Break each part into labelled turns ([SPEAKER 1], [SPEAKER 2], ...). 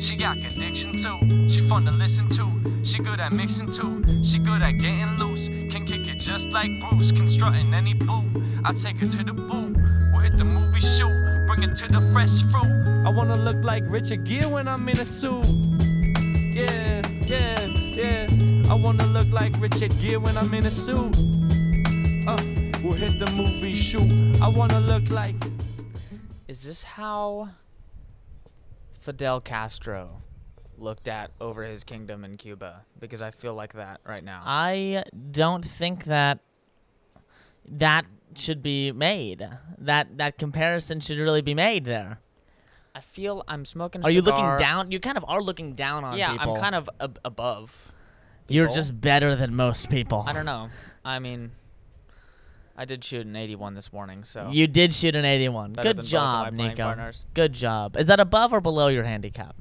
[SPEAKER 1] She got conviction too. She fun to listen to. She good at mixing too. She good at getting loose. Can kick it just like Bruce. Constructing any boo. I take her to the boo. We'll hit the movie shoot. Bring it to the fresh fruit. I wanna look like Richard Gere when I'm in a suit. Yeah, yeah, yeah. I wanna look like Richard Gere when I'm in a suit. Uh, we'll hit the movie shoot. I wanna look like.
[SPEAKER 2] Is this how Fidel Castro looked at over his kingdom in Cuba? Because I feel like that right now.
[SPEAKER 3] I don't think that that should be made. That that comparison should really be made there.
[SPEAKER 2] I feel I'm smoking. A
[SPEAKER 3] Are you looking
[SPEAKER 2] cigar.
[SPEAKER 3] down? You kind of are looking down on
[SPEAKER 2] Yeah,
[SPEAKER 3] people.
[SPEAKER 2] I'm kind of ab- above.
[SPEAKER 3] You're
[SPEAKER 2] people.
[SPEAKER 3] just better than most people.
[SPEAKER 2] I don't know. I mean, I did shoot an 81 this morning, so
[SPEAKER 3] You did shoot an 81.
[SPEAKER 2] Better than
[SPEAKER 3] Good
[SPEAKER 2] both of my
[SPEAKER 3] job,
[SPEAKER 2] playing
[SPEAKER 3] Nico.
[SPEAKER 2] partners.
[SPEAKER 3] Good job. Is that above or below your handicap?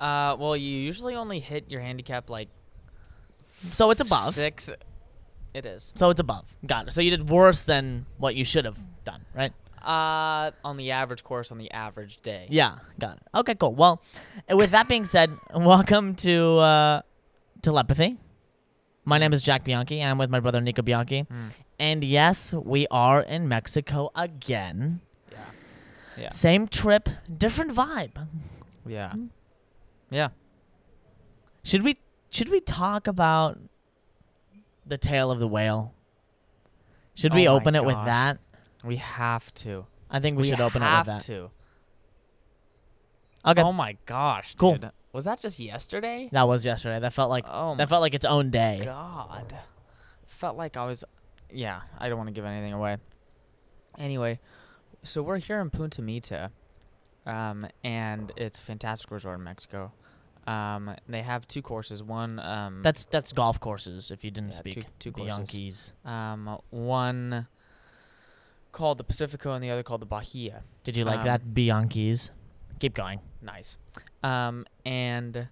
[SPEAKER 2] Uh, well, you usually only hit your handicap like
[SPEAKER 3] So it's above.
[SPEAKER 2] six. It is.
[SPEAKER 3] So it's above. Got it. So you did worse than what you should have done, right?
[SPEAKER 2] Uh, on the average course, on the average day.
[SPEAKER 3] Yeah, got it. Okay, cool. Well, uh, with that being said, welcome to uh, Telepathy. My name is Jack Bianchi. I'm with my brother Nico Bianchi.
[SPEAKER 2] Hmm.
[SPEAKER 3] And yes, we are in Mexico again.
[SPEAKER 2] Yeah. Yeah.
[SPEAKER 3] Same trip, different vibe.
[SPEAKER 2] Yeah. Yeah.
[SPEAKER 3] Should we should we talk about the tale of the whale? Should we
[SPEAKER 2] Oh my
[SPEAKER 3] open it with
[SPEAKER 2] gosh.
[SPEAKER 3] that?
[SPEAKER 2] We have to.
[SPEAKER 3] I think we, should open it with
[SPEAKER 2] have
[SPEAKER 3] that.
[SPEAKER 2] to.
[SPEAKER 3] Okay.
[SPEAKER 2] Oh my gosh.
[SPEAKER 3] Cool.
[SPEAKER 2] dude. Was that just yesterday?
[SPEAKER 3] that was yesterday. That felt like
[SPEAKER 2] Oh my
[SPEAKER 3] that felt like its own day.
[SPEAKER 2] God. Felt like I was. Yeah, I don't want to give anything away. Anyway, so we're here in Punta Mita, um, and it's a fantastic resort in Mexico. Um, they have two courses. One, um,
[SPEAKER 3] That's that's golf courses. If you didn't
[SPEAKER 2] Yeah,
[SPEAKER 3] speak,
[SPEAKER 2] two- two
[SPEAKER 3] the
[SPEAKER 2] courses.
[SPEAKER 3] Yankees.
[SPEAKER 2] um, one called the Pacifico, and the other called the Bahia.
[SPEAKER 3] Did you like
[SPEAKER 2] Um,
[SPEAKER 3] that? Bianchis. Keep going.
[SPEAKER 2] Nice. Um, and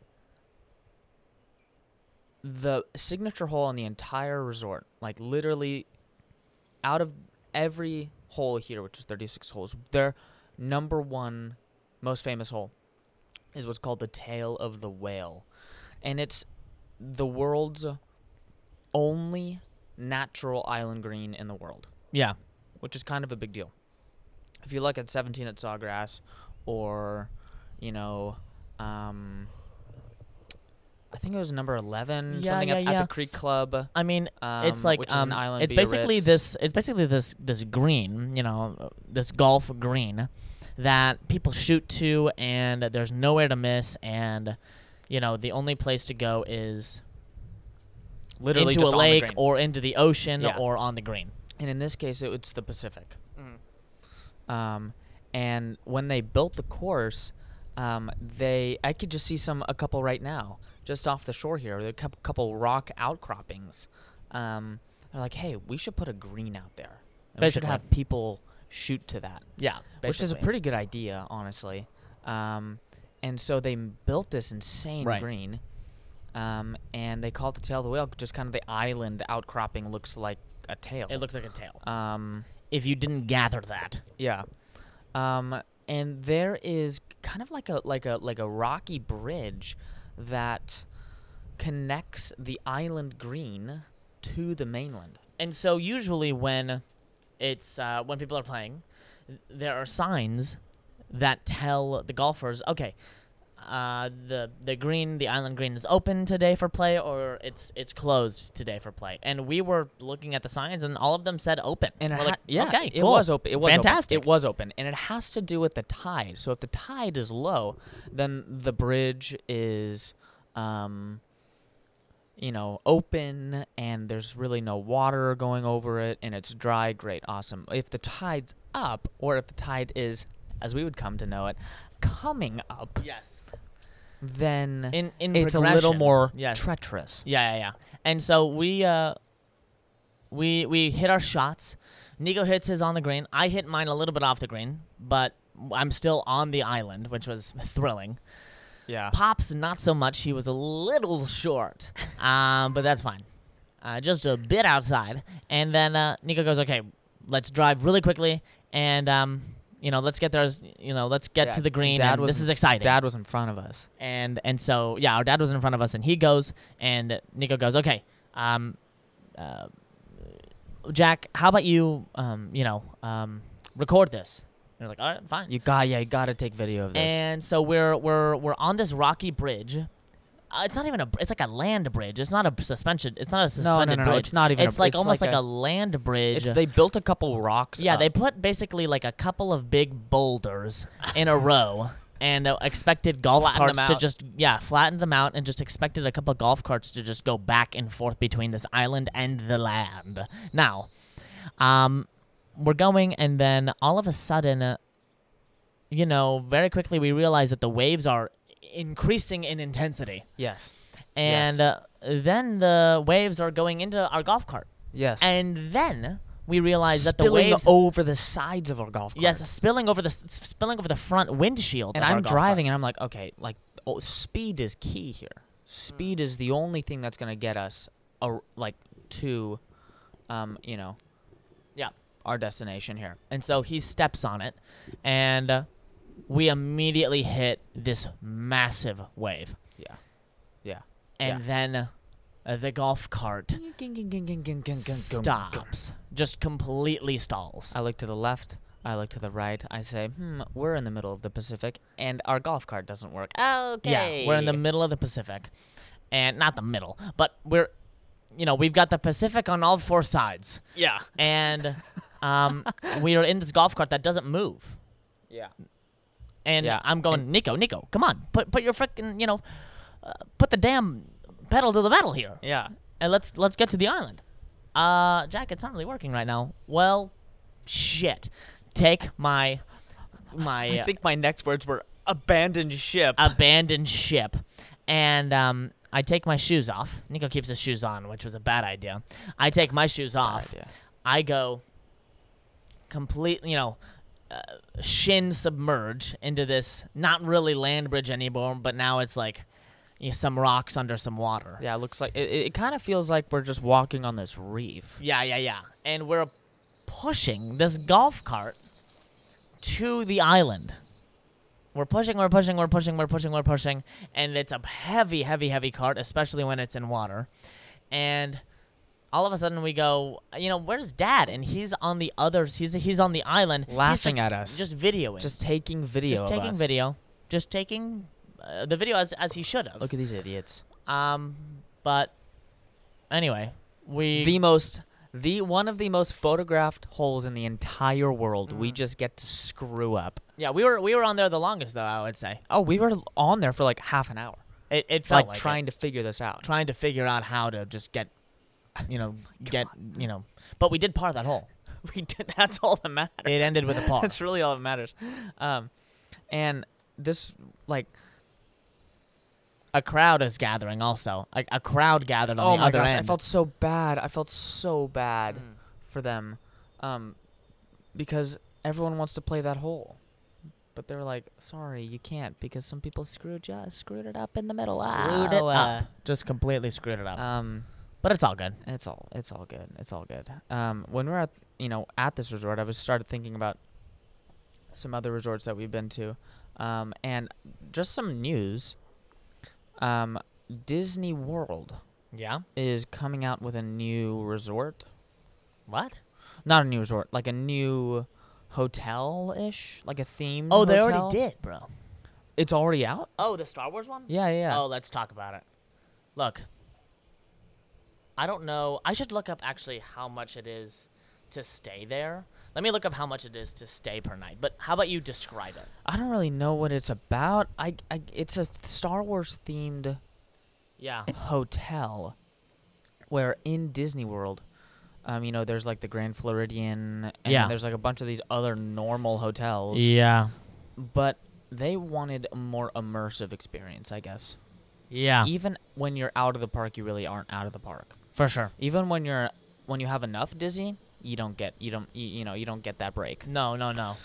[SPEAKER 2] the signature hole on the entire resort, like literally out of every hole here, which is 36 holes, their number one most famous hole is what's called the Tail of the Whale. And it's the world's only natural island green in the world
[SPEAKER 3] Yeah.
[SPEAKER 2] which is kind of a big deal. If you look at 17 at Sawgrass, or you know, um, I think it was number 11,
[SPEAKER 3] Yeah,
[SPEAKER 2] something at,
[SPEAKER 3] yeah,
[SPEAKER 2] at
[SPEAKER 3] yeah.
[SPEAKER 2] the Creek Club.
[SPEAKER 3] I mean,
[SPEAKER 2] Um,
[SPEAKER 3] it's like
[SPEAKER 2] which is an
[SPEAKER 3] um,
[SPEAKER 2] island
[SPEAKER 3] it's
[SPEAKER 2] via
[SPEAKER 3] basically
[SPEAKER 2] Ritz.
[SPEAKER 3] this. It's basically this this green, you know, uh, this golf green that people shoot to, and there's nowhere to miss, and you know, the only place to go is
[SPEAKER 2] Literally
[SPEAKER 3] into
[SPEAKER 2] just
[SPEAKER 3] a
[SPEAKER 2] on the
[SPEAKER 3] lake
[SPEAKER 2] green.
[SPEAKER 3] or into the ocean
[SPEAKER 2] Yeah.
[SPEAKER 3] or on the green.
[SPEAKER 2] and in this case, it, it's the Pacific. Um, and when they built the course, um, they I could just see some a couple right now, just off the shore here. There are a coup- couple rock outcroppings. Um, they're like, hey, we should put a green out there. And
[SPEAKER 3] Basically.
[SPEAKER 2] we should have people shoot to that.
[SPEAKER 3] Yeah,
[SPEAKER 2] which is a
[SPEAKER 3] basically.
[SPEAKER 2] pretty good idea, honestly. Um, and so they m- built this insane
[SPEAKER 3] Right.
[SPEAKER 2] green, um, and they call it the tail of the whale. Just kind of the island outcropping looks like a tail.
[SPEAKER 3] It looks like a tail.
[SPEAKER 2] Um,
[SPEAKER 3] if you didn't gather that,
[SPEAKER 2] yeah, um, and there is kind of like a like a like a rocky bridge that connects the island green to the mainland.
[SPEAKER 3] and so usually when it's uh, when people are playing, th- there are signs that tell the golfers, okay, uh, the the green, the island green is open today for play, or it's it's closed today for play. And we were looking at the signs, and all of them said open.
[SPEAKER 2] And it
[SPEAKER 3] we're
[SPEAKER 2] ha-
[SPEAKER 3] like,
[SPEAKER 2] yeah,
[SPEAKER 3] okay,
[SPEAKER 2] it
[SPEAKER 3] cool.
[SPEAKER 2] was open. It was open.
[SPEAKER 3] fantastic.
[SPEAKER 2] It was open, and it has to do with the tide. So if the tide is low, then the bridge is, um, you know, open, and there's really no water going over it, and it's dry. Great, awesome. If the tide's up, or if the tide is, as we would come to know it, coming up,
[SPEAKER 3] yes.
[SPEAKER 2] then
[SPEAKER 3] In in
[SPEAKER 2] it's a little
[SPEAKER 3] progression.
[SPEAKER 2] more
[SPEAKER 3] yes.
[SPEAKER 2] treacherous.
[SPEAKER 3] Yeah, yeah, yeah. And so we uh we we hit our shots. Nico hits his on the green. I hit mine a little bit off the green, but I'm still on the island, which was thrilling.
[SPEAKER 2] Yeah.
[SPEAKER 3] Pops not so much. He was a little short, um, but that's fine. Uh, just a bit outside, and then uh, Nico goes, "Okay, let's drive really quickly." And um, You know, let's get there. as- You know, let's get
[SPEAKER 2] Yeah,
[SPEAKER 3] to the green.
[SPEAKER 2] Dad
[SPEAKER 3] and
[SPEAKER 2] was
[SPEAKER 3] this
[SPEAKER 2] in-
[SPEAKER 3] is exciting.
[SPEAKER 2] Dad was in front of us.
[SPEAKER 3] and and so yeah, our dad was in front of us, and he goes, and Nico goes, okay, um, uh, Jack, how about you, um, you know, um, record this? And we're like, all right, fine.
[SPEAKER 2] You got yeah, you got to take video of this.
[SPEAKER 3] And so we're we're we're on this rocky bridge. Uh, it's not even a. br- It's like a land bridge. It's not a suspension. It's not a
[SPEAKER 2] no, no,
[SPEAKER 3] suspended
[SPEAKER 2] no, no,
[SPEAKER 3] bridge.
[SPEAKER 2] it's not even. a
[SPEAKER 3] It's
[SPEAKER 2] br-
[SPEAKER 3] like almost like, a, land bridge.
[SPEAKER 2] It's, they built a couple rocks.
[SPEAKER 3] yeah, they
[SPEAKER 2] up.
[SPEAKER 3] put basically like a couple of big boulders in a row and uh, expected golf
[SPEAKER 2] Flatten them
[SPEAKER 3] carts to
[SPEAKER 2] out.
[SPEAKER 3] just yeah flatten them out and just expected a couple of golf carts to just go back and forth between this island and the land. Now, um, we're going and then all of a sudden, uh, you know, very quickly we realize that the waves are increasing in intensity
[SPEAKER 2] yes,
[SPEAKER 3] and uh, then the waves are going into our golf cart
[SPEAKER 2] yes.
[SPEAKER 3] and then we realize that the
[SPEAKER 2] Spilling
[SPEAKER 3] waves
[SPEAKER 2] over the sides of our golf cart.
[SPEAKER 3] yes spilling over the s- spilling over the front windshield.
[SPEAKER 2] and
[SPEAKER 3] of our
[SPEAKER 2] I'm
[SPEAKER 3] golf cart.
[SPEAKER 2] driving, and I'm like, okay, like oh, speed is key here. Speed is the only thing that's gonna get us, a, like, to, um, you know,
[SPEAKER 3] Yeah.
[SPEAKER 2] our destination here.
[SPEAKER 3] and so he steps on it, and uh, we immediately hit this massive wave,
[SPEAKER 2] Yeah, yeah.
[SPEAKER 3] and then uh, the golf cart stops, just completely stalls.
[SPEAKER 2] I look to the left. I look to the right. I say, hmm, we're in the middle of the Pacific, and our golf cart doesn't work.
[SPEAKER 3] Yeah, we're in the middle of the Pacific, and not the middle, but we're, you know, we've got the Pacific on all four sides.
[SPEAKER 2] Yeah.
[SPEAKER 3] and um, we are in this golf cart that doesn't move.
[SPEAKER 2] Yeah.
[SPEAKER 3] And
[SPEAKER 2] Yeah,
[SPEAKER 3] I'm going, Nico, Nico, come on, put put your frickin', you know, uh, put the damn pedal to the metal here,
[SPEAKER 2] Yeah.
[SPEAKER 3] and let's let's get to the island. Uh, Jack, it's not really working right now. Well, shit, take my my
[SPEAKER 2] I think my next words were abandoned ship.
[SPEAKER 3] abandoned ship, and um. I take my shoes off. Nico keeps his shoes on, which was a bad idea. I take my shoes off. I go complete, you know, uh, shin submerge into this not really land bridge anymore, but now it's like you know, some rocks under some water.
[SPEAKER 2] Yeah, it looks like it, it kind of feels like we're just walking on this reef.
[SPEAKER 3] yeah, yeah, yeah. And we're pushing this golf cart to the island. We're pushing, we're pushing, we're pushing, we're pushing, we're pushing, and it's a heavy, heavy, heavy cart, especially when it's in water. And all of a sudden we go, you know, where's Dad? And he's on the others. He's he's on the island, He's
[SPEAKER 2] Laughing
[SPEAKER 3] just-
[SPEAKER 2] at us.
[SPEAKER 3] just videoing,
[SPEAKER 2] Just taking video.
[SPEAKER 3] just
[SPEAKER 2] of
[SPEAKER 3] taking
[SPEAKER 2] us.
[SPEAKER 3] video, just taking uh, the video as as he should have.
[SPEAKER 2] Look at these idiots.
[SPEAKER 3] Um, but anyway, we
[SPEAKER 2] The most, the one of the most photographed holes in the entire world. We just get to screw up.
[SPEAKER 3] yeah we were we were on there the longest though I would say
[SPEAKER 2] Oh, we were on there for like half an hour,
[SPEAKER 3] it it felt like,
[SPEAKER 2] like
[SPEAKER 3] it.
[SPEAKER 2] trying to figure this out.
[SPEAKER 3] trying to figure out how to just get you know get you know but we did par that hole
[SPEAKER 2] we did. That's all that matters.
[SPEAKER 3] it ended with a par
[SPEAKER 2] That's really all that matters. Um, and this like
[SPEAKER 3] a crowd is gathering also a, a crowd gathered on
[SPEAKER 2] oh
[SPEAKER 3] the
[SPEAKER 2] my
[SPEAKER 3] other
[SPEAKER 2] gosh,
[SPEAKER 3] end Mm-hmm.
[SPEAKER 2] I felt so bad. I felt so
[SPEAKER 3] Mm.
[SPEAKER 2] bad for them, um, because everyone wants to play that hole, but they're like, sorry, you can't because some people screwed you, screwed it up in the middle.
[SPEAKER 3] screwed it
[SPEAKER 2] Oh, uh,
[SPEAKER 3] up just completely screwed it up
[SPEAKER 2] Um,
[SPEAKER 3] but it's all good
[SPEAKER 2] it's all it's all good. It's all good. Um, when we we're at you know at this resort, I was started thinking about some other resorts that we've been to, um, and just some news. Um, Disney World
[SPEAKER 3] yeah
[SPEAKER 2] is coming out with a new resort.
[SPEAKER 3] what
[SPEAKER 2] Not a new resort, like a new hotel ish, like a themed.
[SPEAKER 3] oh they
[SPEAKER 2] hotel.
[SPEAKER 3] already did bro
[SPEAKER 2] It's already out.
[SPEAKER 3] oh the Star Wars one
[SPEAKER 2] Yeah, yeah. yeah.
[SPEAKER 3] Oh, let's talk about it. Look, I don't know. I should look up actually how much it is to stay there. Let me look up how much it is to stay per night. But how about you describe it?
[SPEAKER 2] I don't really know what it's about. I, I it's a Star Wars themed
[SPEAKER 3] Yeah.
[SPEAKER 2] hotel where in Disney World, um, you know, there's like the Grand Floridian and
[SPEAKER 3] Yeah.
[SPEAKER 2] there's like a bunch of these other normal hotels.
[SPEAKER 3] Yeah.
[SPEAKER 2] But they wanted a more immersive experience, I guess.
[SPEAKER 3] Yeah.
[SPEAKER 2] Even when you're out of the park, you really aren't out of the park.
[SPEAKER 3] For sure.
[SPEAKER 2] Even when you're when you have enough Disney, you don't get you don't you, you know, you don't get that break.
[SPEAKER 3] No, no, no.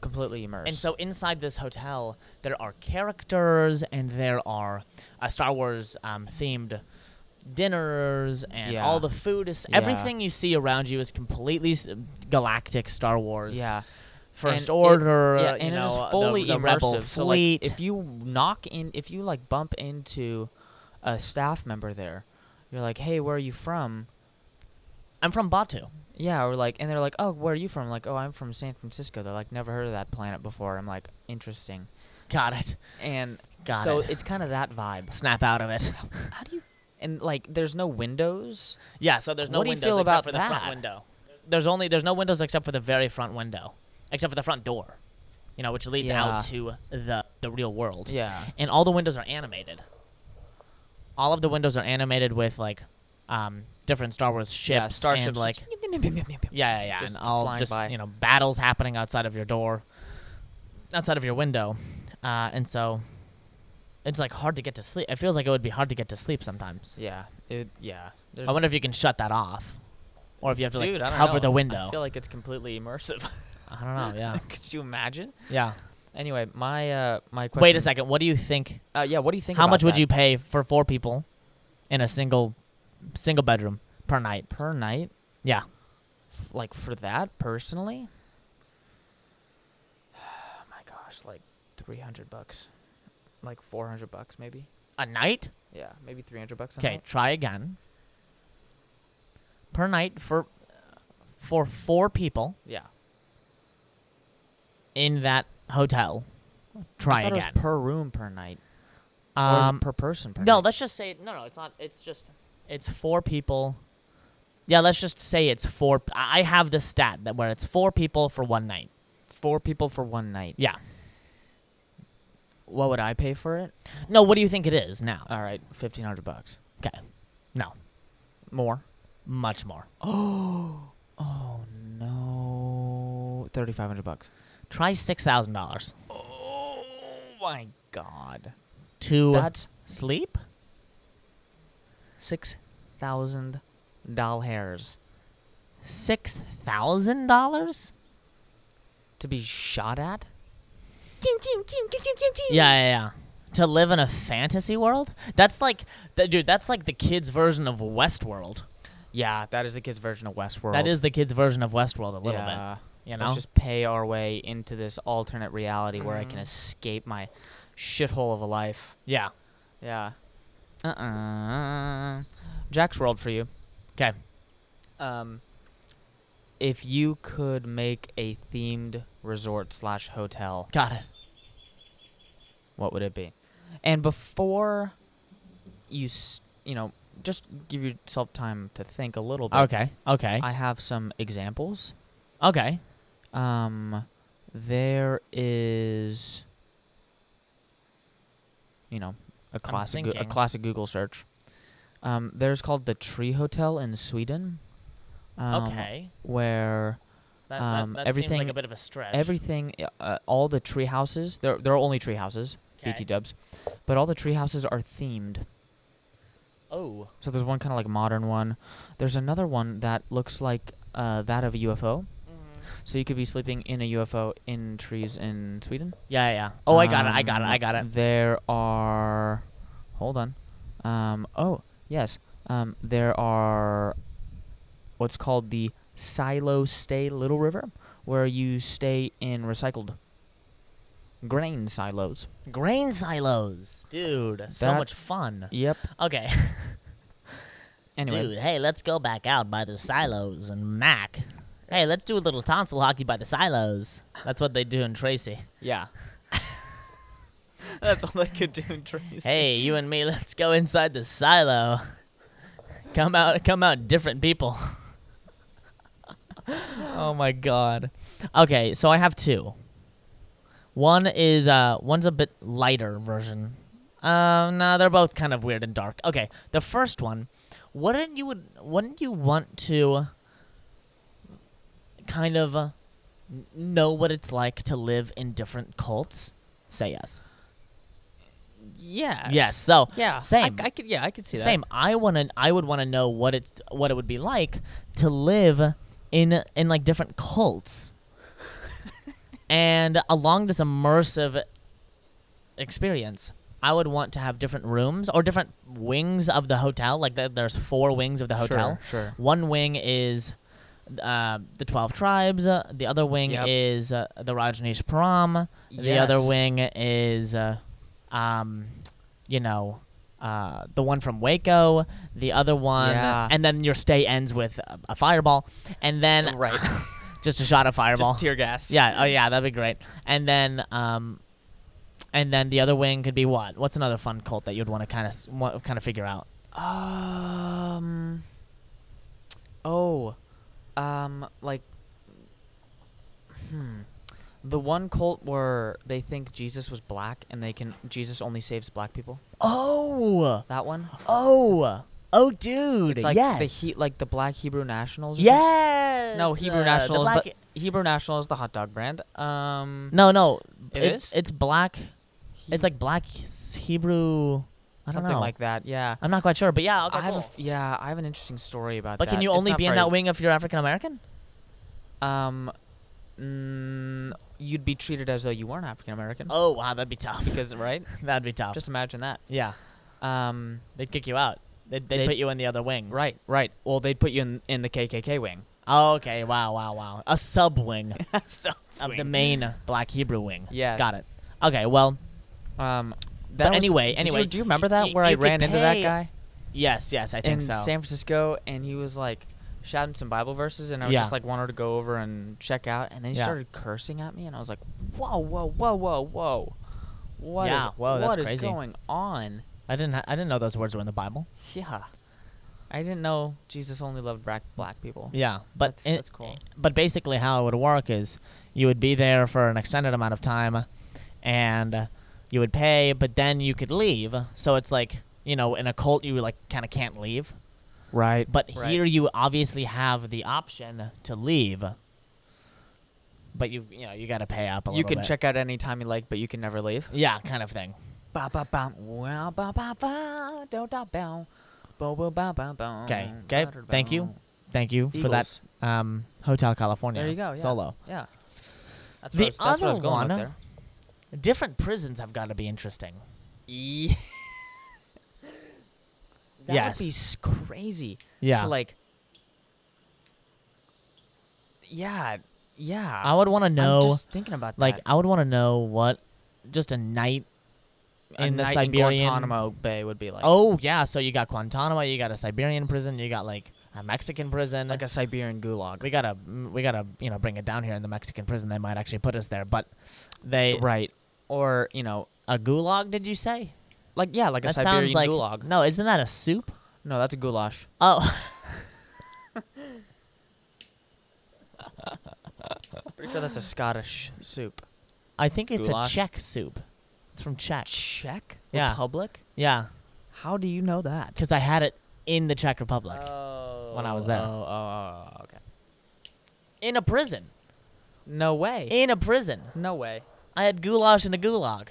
[SPEAKER 2] Completely immersed.
[SPEAKER 3] And so inside this hotel, there are characters and there are uh, Star Wars um, themed dinners and
[SPEAKER 2] Yeah.
[SPEAKER 3] all the food is
[SPEAKER 2] Yeah.
[SPEAKER 3] everything you see around you is completely s- galactic Star Wars.
[SPEAKER 2] yeah.
[SPEAKER 3] First
[SPEAKER 2] it-
[SPEAKER 3] Order,
[SPEAKER 2] yeah,
[SPEAKER 3] uh, you
[SPEAKER 2] and
[SPEAKER 3] know,
[SPEAKER 2] it
[SPEAKER 3] uh,
[SPEAKER 2] is fully
[SPEAKER 3] the, the
[SPEAKER 2] immersive.
[SPEAKER 3] Rebel
[SPEAKER 2] so like,
[SPEAKER 3] Fleet.
[SPEAKER 2] if you knock in, if you like bump into a staff member there, you're like, "Hey, where are you from?"
[SPEAKER 3] I'm from Batu.
[SPEAKER 2] Yeah, or like, and they're like, "Oh, where are you from?" I'm like, "Oh, I'm from San Francisco." They're like, "Never heard of that planet before." I'm like, "Interesting."
[SPEAKER 3] Got it.
[SPEAKER 2] And
[SPEAKER 3] Got
[SPEAKER 2] so
[SPEAKER 3] it.
[SPEAKER 2] it's kind of that vibe.
[SPEAKER 3] Snap out of it.
[SPEAKER 2] How do you? And like, there's no windows.
[SPEAKER 3] Yeah, so there's no
[SPEAKER 2] What do you
[SPEAKER 3] windows
[SPEAKER 2] feel
[SPEAKER 3] except
[SPEAKER 2] about
[SPEAKER 3] for the front
[SPEAKER 2] that?
[SPEAKER 3] window. There's only there's no windows except for the very front window, except for the front door, you know, which leads out
[SPEAKER 2] Yeah.
[SPEAKER 3] to the the real world.
[SPEAKER 2] Yeah.
[SPEAKER 3] And all the windows are animated. All of the windows are animated with like um, different Star Wars ships
[SPEAKER 2] Yeah, starships
[SPEAKER 3] and like
[SPEAKER 2] just-
[SPEAKER 3] yeah, yeah, yeah,
[SPEAKER 2] just
[SPEAKER 3] and all
[SPEAKER 2] flying
[SPEAKER 3] just
[SPEAKER 2] by.
[SPEAKER 3] you know battles happening outside of your door, outside of your window, uh, and so it's like hard to get to sleep. It feels like it would be hard to get to sleep sometimes.
[SPEAKER 2] Yeah. It. Yeah.
[SPEAKER 3] I wonder if you can shut that off, or if you have to
[SPEAKER 2] Dude, I
[SPEAKER 3] like
[SPEAKER 2] don't
[SPEAKER 3] cover
[SPEAKER 2] know.
[SPEAKER 3] the window.
[SPEAKER 2] I
[SPEAKER 3] I,
[SPEAKER 2] feel like it's completely immersive.
[SPEAKER 3] don't know. Yeah,
[SPEAKER 2] Could you imagine?
[SPEAKER 3] yeah.
[SPEAKER 2] Anyway, my uh, my question.
[SPEAKER 3] Wait a second. What do you think?
[SPEAKER 2] Uh, yeah. What do you think?
[SPEAKER 3] how
[SPEAKER 2] about
[SPEAKER 3] much would
[SPEAKER 2] that?
[SPEAKER 3] you pay for four people in a single single bedroom per night?
[SPEAKER 2] per night?
[SPEAKER 3] Yeah.
[SPEAKER 2] F- Like for that personally? Oh my gosh, like 300 bucks. Like 400 bucks maybe.
[SPEAKER 3] A night?
[SPEAKER 2] Yeah, maybe 300 bucks a
[SPEAKER 3] Okay,
[SPEAKER 2] night.
[SPEAKER 3] try again. Per night for for four people
[SPEAKER 2] Yeah.
[SPEAKER 3] in that hotel. Try
[SPEAKER 2] I thought
[SPEAKER 3] again.
[SPEAKER 2] It was per room per night. Or is it
[SPEAKER 3] um,
[SPEAKER 2] per person per
[SPEAKER 3] no,
[SPEAKER 2] night.
[SPEAKER 3] let's just say no, no. It's not. It's just it's four people. Yeah, let's just say it's four. I I have the stat that where it's four people for one night.
[SPEAKER 2] four people for one night.
[SPEAKER 3] Yeah.
[SPEAKER 2] What would I pay for it?
[SPEAKER 3] No, what do you think it is now?
[SPEAKER 2] All right, 1500 bucks.
[SPEAKER 3] Okay. No,
[SPEAKER 2] More.
[SPEAKER 3] much more.
[SPEAKER 2] Oh no. 3500 bucks.
[SPEAKER 3] Try six thousand dollars
[SPEAKER 2] Oh my god.
[SPEAKER 3] to
[SPEAKER 2] That's
[SPEAKER 3] sleep.
[SPEAKER 2] six thousand doll hairs
[SPEAKER 3] Six thousand dollars?
[SPEAKER 2] to be shot at.
[SPEAKER 3] Yeah, yeah, yeah. To live in a fantasy world? That's like, th- dude. That's like the kids' version of Westworld.
[SPEAKER 2] Yeah, that is the kids' version of Westworld.
[SPEAKER 3] That is the kids' version of Westworld a little
[SPEAKER 2] yeah.
[SPEAKER 3] bit. You know.
[SPEAKER 2] Let's just pay our way into this alternate reality where I can
[SPEAKER 3] Mhm.
[SPEAKER 2] escape my shithole of a life.
[SPEAKER 3] yeah.
[SPEAKER 2] Yeah. Uh
[SPEAKER 3] Uh-uh.
[SPEAKER 2] uh Jack's World for you.
[SPEAKER 3] 'Kay.
[SPEAKER 2] Um, if you could make a themed resort slash hotel,
[SPEAKER 3] Got it.
[SPEAKER 2] what would it be? And before you, s- you know, just give yourself time to think a little bit.
[SPEAKER 3] Okay. Okay.
[SPEAKER 2] I have some examples.
[SPEAKER 3] Okay.
[SPEAKER 2] Um, there is, you know, a classic Goo- a
[SPEAKER 3] thinking.
[SPEAKER 2] classic Google search. Um, there's called the Tree Hotel in Sweden. Um,
[SPEAKER 3] okay.
[SPEAKER 2] Where
[SPEAKER 3] That,
[SPEAKER 2] um,
[SPEAKER 3] that, that seems
[SPEAKER 2] everything-
[SPEAKER 3] like a bit of a stretch.
[SPEAKER 2] everything, uh, uh, all the tree houses. There, there are only tree houses, BT
[SPEAKER 3] 'Kay.
[SPEAKER 2] Dubs, but all the tree houses are themed.
[SPEAKER 3] Oh.
[SPEAKER 2] So there's one kind of like modern one. There's another one that looks like uh, that of a UFO.
[SPEAKER 3] Mm-hmm.
[SPEAKER 2] So you could be sleeping in a UFO in trees in Sweden.
[SPEAKER 3] Yeah, yeah. Oh, I got it. I got it.
[SPEAKER 2] Um,
[SPEAKER 3] I got it.
[SPEAKER 2] There are, hold on, um, oh yes, um, there are what's called the silo stay Little River, where you stay in recycled grain silos.
[SPEAKER 3] Grain silos, dude. so
[SPEAKER 2] That-
[SPEAKER 3] much fun.
[SPEAKER 2] Yep.
[SPEAKER 3] Okay,
[SPEAKER 2] Anyway,
[SPEAKER 3] dude. Hey, let's go back out by the silos and Mac. Hey, let's do a little tonsil hockey by the silos. That's what they do in Tracy.
[SPEAKER 2] yeah. That's all they could do in trees.
[SPEAKER 3] Hey, you and me, let's go inside the silo. Come out, come out, different people. oh my god. Okay, so I have two. One is uh, one's a bit lighter version. Um, no, they're both kind of weird and dark. Okay, the first one, wouldn't you would wouldn't you want to kind of uh, n- know what it's like to live in different cults? Say yes.
[SPEAKER 2] Yes.
[SPEAKER 3] Yes. So
[SPEAKER 2] Yeah.
[SPEAKER 3] Same.
[SPEAKER 2] I, I could. Yeah, I could see that.
[SPEAKER 3] Same. I wanna. I would want to know what it's what it would be like to live in in like different cults, and along this immersive experience, I would want to have different rooms or different wings of the hotel. Like there- there's four wings of the hotel.
[SPEAKER 2] Sure. sure.
[SPEAKER 3] One wing is uh, the Twelve Tribes. Uh, the other wing
[SPEAKER 2] Yep.
[SPEAKER 3] is uh, the Rajneesh Prom. The other wing is, uh, um, you know, uh, the one from Waco. The other one,
[SPEAKER 2] Yeah.
[SPEAKER 3] and then your stay ends with a, a fireball, and then
[SPEAKER 2] Right.
[SPEAKER 3] just a shot of fireball.
[SPEAKER 2] Just tear gas.
[SPEAKER 3] yeah. Oh yeah, that'd be great. And then, um, and then the other wing could be what? What's another fun cult that you'd want to kind of kind of figure out?
[SPEAKER 2] Um. Oh, um, like, hmm, the one cult where they think Jesus was black and they can Jesus only saves black people.
[SPEAKER 3] Oh,
[SPEAKER 2] That one.
[SPEAKER 3] oh, oh, dude.
[SPEAKER 2] It's like
[SPEAKER 3] yes.
[SPEAKER 2] the he, like the black Hebrew nationals. or something.
[SPEAKER 3] Yes.
[SPEAKER 2] No, Hebrew
[SPEAKER 3] uh, the
[SPEAKER 2] nationals.
[SPEAKER 3] black-
[SPEAKER 2] the- Hebrew national is the hot dog brand. Um.
[SPEAKER 3] no, no.
[SPEAKER 2] It
[SPEAKER 3] it's,
[SPEAKER 2] is?
[SPEAKER 3] It's black. It's like black s- Hebrew. I don't
[SPEAKER 2] something
[SPEAKER 3] know.
[SPEAKER 2] like that. Yeah.
[SPEAKER 3] I'm not quite sure, but yeah. Okay,
[SPEAKER 2] I have a
[SPEAKER 3] cool.
[SPEAKER 2] f- yeah. I have an interesting story about
[SPEAKER 3] but
[SPEAKER 2] that.
[SPEAKER 3] can you
[SPEAKER 2] It's
[SPEAKER 3] only
[SPEAKER 2] not
[SPEAKER 3] be in
[SPEAKER 2] very-
[SPEAKER 3] that wing if you're African American?
[SPEAKER 2] Um. Mm, you'd be treated as though you weren't African American.
[SPEAKER 3] Oh wow, that'd be tough.
[SPEAKER 2] Because right.
[SPEAKER 3] that'd be tough.
[SPEAKER 2] Just imagine that.
[SPEAKER 3] yeah,
[SPEAKER 2] Um,
[SPEAKER 3] they'd kick you out. They'd, they'd
[SPEAKER 2] They'd-
[SPEAKER 3] put you in the other wing.
[SPEAKER 2] right, right. Well, they'd put you in in the KKK wing.
[SPEAKER 3] Oh, okay. Wow. Wow. Wow. A sub wing
[SPEAKER 2] so,
[SPEAKER 3] of the main black Hebrew wing.
[SPEAKER 2] Yes.
[SPEAKER 3] Got it. Okay. Well.
[SPEAKER 2] um, that was-
[SPEAKER 3] anyway-
[SPEAKER 2] did you-
[SPEAKER 3] anyway,
[SPEAKER 2] do you remember
[SPEAKER 3] y-
[SPEAKER 2] that
[SPEAKER 3] y-
[SPEAKER 2] where I
[SPEAKER 3] you could
[SPEAKER 2] ran into that
[SPEAKER 3] pay-
[SPEAKER 2] guy
[SPEAKER 3] Yes. Yes. I think
[SPEAKER 2] in
[SPEAKER 3] so.
[SPEAKER 2] San Francisco, and he was like shouting some Bible verses, and I was
[SPEAKER 3] Yeah.
[SPEAKER 2] just like wanted to go over and check out, and then he
[SPEAKER 3] Yeah.
[SPEAKER 2] started cursing at me, and I was like, whoa, whoa, whoa, whoa, whoa, what is
[SPEAKER 3] Yeah, whoa, that's
[SPEAKER 2] what is
[SPEAKER 3] crazy.
[SPEAKER 2] going on?
[SPEAKER 3] I didn't. Ha- I didn't know those words were in the Bible.
[SPEAKER 2] Yeah, I didn't know Jesus only loved black black people.
[SPEAKER 3] Yeah, but
[SPEAKER 2] That's-
[SPEAKER 3] it-
[SPEAKER 2] that's cool.
[SPEAKER 3] But basically, how it would work is you would be there for an extended amount of time, and you would pay, but then you could leave. So it's like you know, in a cult, you like kind of can't leave.
[SPEAKER 2] Right,
[SPEAKER 3] But
[SPEAKER 2] Right.
[SPEAKER 3] here, you obviously have the option to leave. But you you know you got to pay up a
[SPEAKER 2] you
[SPEAKER 3] little
[SPEAKER 2] can
[SPEAKER 3] bit.
[SPEAKER 2] check out anytime you like, but you can never leave.
[SPEAKER 3] Yeah, kind of thing.
[SPEAKER 2] Ba ba ba wow ba ba ba do da bow. Bo bo ba ba ba.
[SPEAKER 3] Okay, okay, thank you Thank you for that.
[SPEAKER 2] Eagles.
[SPEAKER 3] Um, Hotel California.
[SPEAKER 2] There you go, yeah.
[SPEAKER 3] Solo.
[SPEAKER 2] Yeah. That's what
[SPEAKER 3] The
[SPEAKER 2] I was, that's what I was
[SPEAKER 3] other
[SPEAKER 2] going with
[SPEAKER 3] one-
[SPEAKER 2] there.
[SPEAKER 3] Different prisons have got to be interesting.
[SPEAKER 2] Yeah. that would be s-
[SPEAKER 3] Yes.
[SPEAKER 2] crazy
[SPEAKER 3] Yeah.
[SPEAKER 2] to like Yeah, yeah.
[SPEAKER 3] I would want to know.
[SPEAKER 2] I'm just thinking about
[SPEAKER 3] Like
[SPEAKER 2] that.
[SPEAKER 3] I would want to know what just a night.
[SPEAKER 2] A
[SPEAKER 3] in the
[SPEAKER 2] night
[SPEAKER 3] Siberian-
[SPEAKER 2] in Guantanamo Bay would be like
[SPEAKER 3] oh yeah, so you got Guantanamo, you got a Siberian prison, you got like a Mexican prison.
[SPEAKER 2] like a Siberian gulag.
[SPEAKER 3] we gotta mm, we gotta you know bring it down here in the Mexican prison. They might actually put us there, but they
[SPEAKER 2] right. Or, you know,
[SPEAKER 3] a gulag. Did you say?
[SPEAKER 2] like yeah, like a
[SPEAKER 3] that
[SPEAKER 2] Siberian
[SPEAKER 3] sounds like
[SPEAKER 2] gulag.
[SPEAKER 3] no. Isn't that a soup?
[SPEAKER 2] No, that's a goulash.
[SPEAKER 3] Oh
[SPEAKER 2] Pretty sure that's a Scottish soup.
[SPEAKER 3] I think
[SPEAKER 2] It's
[SPEAKER 3] it's, a
[SPEAKER 2] goulash.
[SPEAKER 3] Czech soup. It's from Czech.
[SPEAKER 2] Czech
[SPEAKER 3] Yeah.
[SPEAKER 2] Republic?
[SPEAKER 3] Yeah,
[SPEAKER 2] How do you know that?
[SPEAKER 3] because I had it in the Czech Republic
[SPEAKER 2] Oh,
[SPEAKER 3] when I was there.
[SPEAKER 2] Oh, oh, oh, okay.
[SPEAKER 3] in a prison.
[SPEAKER 2] No way.
[SPEAKER 3] In a prison,
[SPEAKER 2] no way.
[SPEAKER 3] I had goulash in a gulag.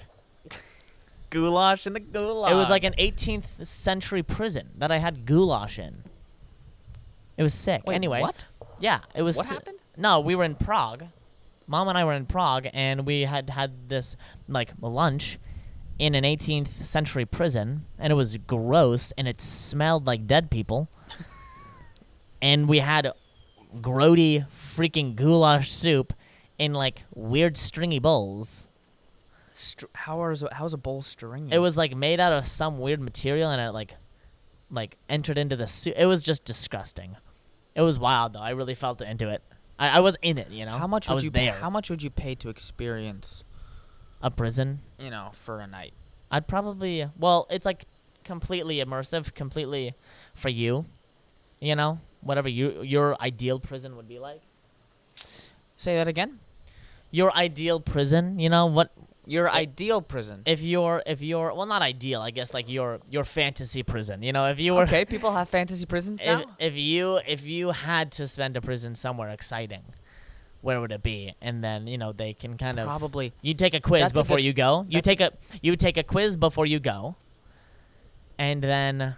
[SPEAKER 2] Goulash in the goulash.
[SPEAKER 3] It was like an 18th century prison that I had goulash in. It was sick.
[SPEAKER 2] Wait,
[SPEAKER 3] anyway,
[SPEAKER 2] What?
[SPEAKER 3] Yeah, it was.
[SPEAKER 2] What happened?
[SPEAKER 3] No, we were in Prague. Mom and I were in Prague, and we had had this like lunch in an 18th century prison, and it was gross, and it smelled like dead people. and we had grody freaking goulash soup in like weird stringy bowls.
[SPEAKER 2] Str- how is a, how is a bowl stringy?
[SPEAKER 3] It was like made out of some weird material, and it like like entered into the soup. It was just disgusting. It was wild though. I really felt into it. I, I was in it, you know.
[SPEAKER 2] How much
[SPEAKER 3] I
[SPEAKER 2] would
[SPEAKER 3] was
[SPEAKER 2] you
[SPEAKER 3] there?
[SPEAKER 2] Pay, how much would you pay to experience?
[SPEAKER 3] a prison?
[SPEAKER 2] You know, for a night.
[SPEAKER 3] I'd probably well, it's like completely immersive, completely for you, you know, whatever you your ideal prison would be like.
[SPEAKER 2] Say that again.
[SPEAKER 3] Your ideal prison, you know what?
[SPEAKER 2] Your
[SPEAKER 3] I-
[SPEAKER 2] ideal prison.
[SPEAKER 3] If your if your well, not ideal, I guess, like your your fantasy prison, you know, if you were
[SPEAKER 2] okay, people have fantasy prisons now.
[SPEAKER 3] if, if you if you had to spend a prison somewhere exciting, where would it be? And then you know they can kind of
[SPEAKER 2] Probably.
[SPEAKER 3] you take a quiz
[SPEAKER 2] That's a
[SPEAKER 3] before
[SPEAKER 2] good-
[SPEAKER 3] you go. You
[SPEAKER 2] that's a-
[SPEAKER 3] take a you take a quiz before you go, and then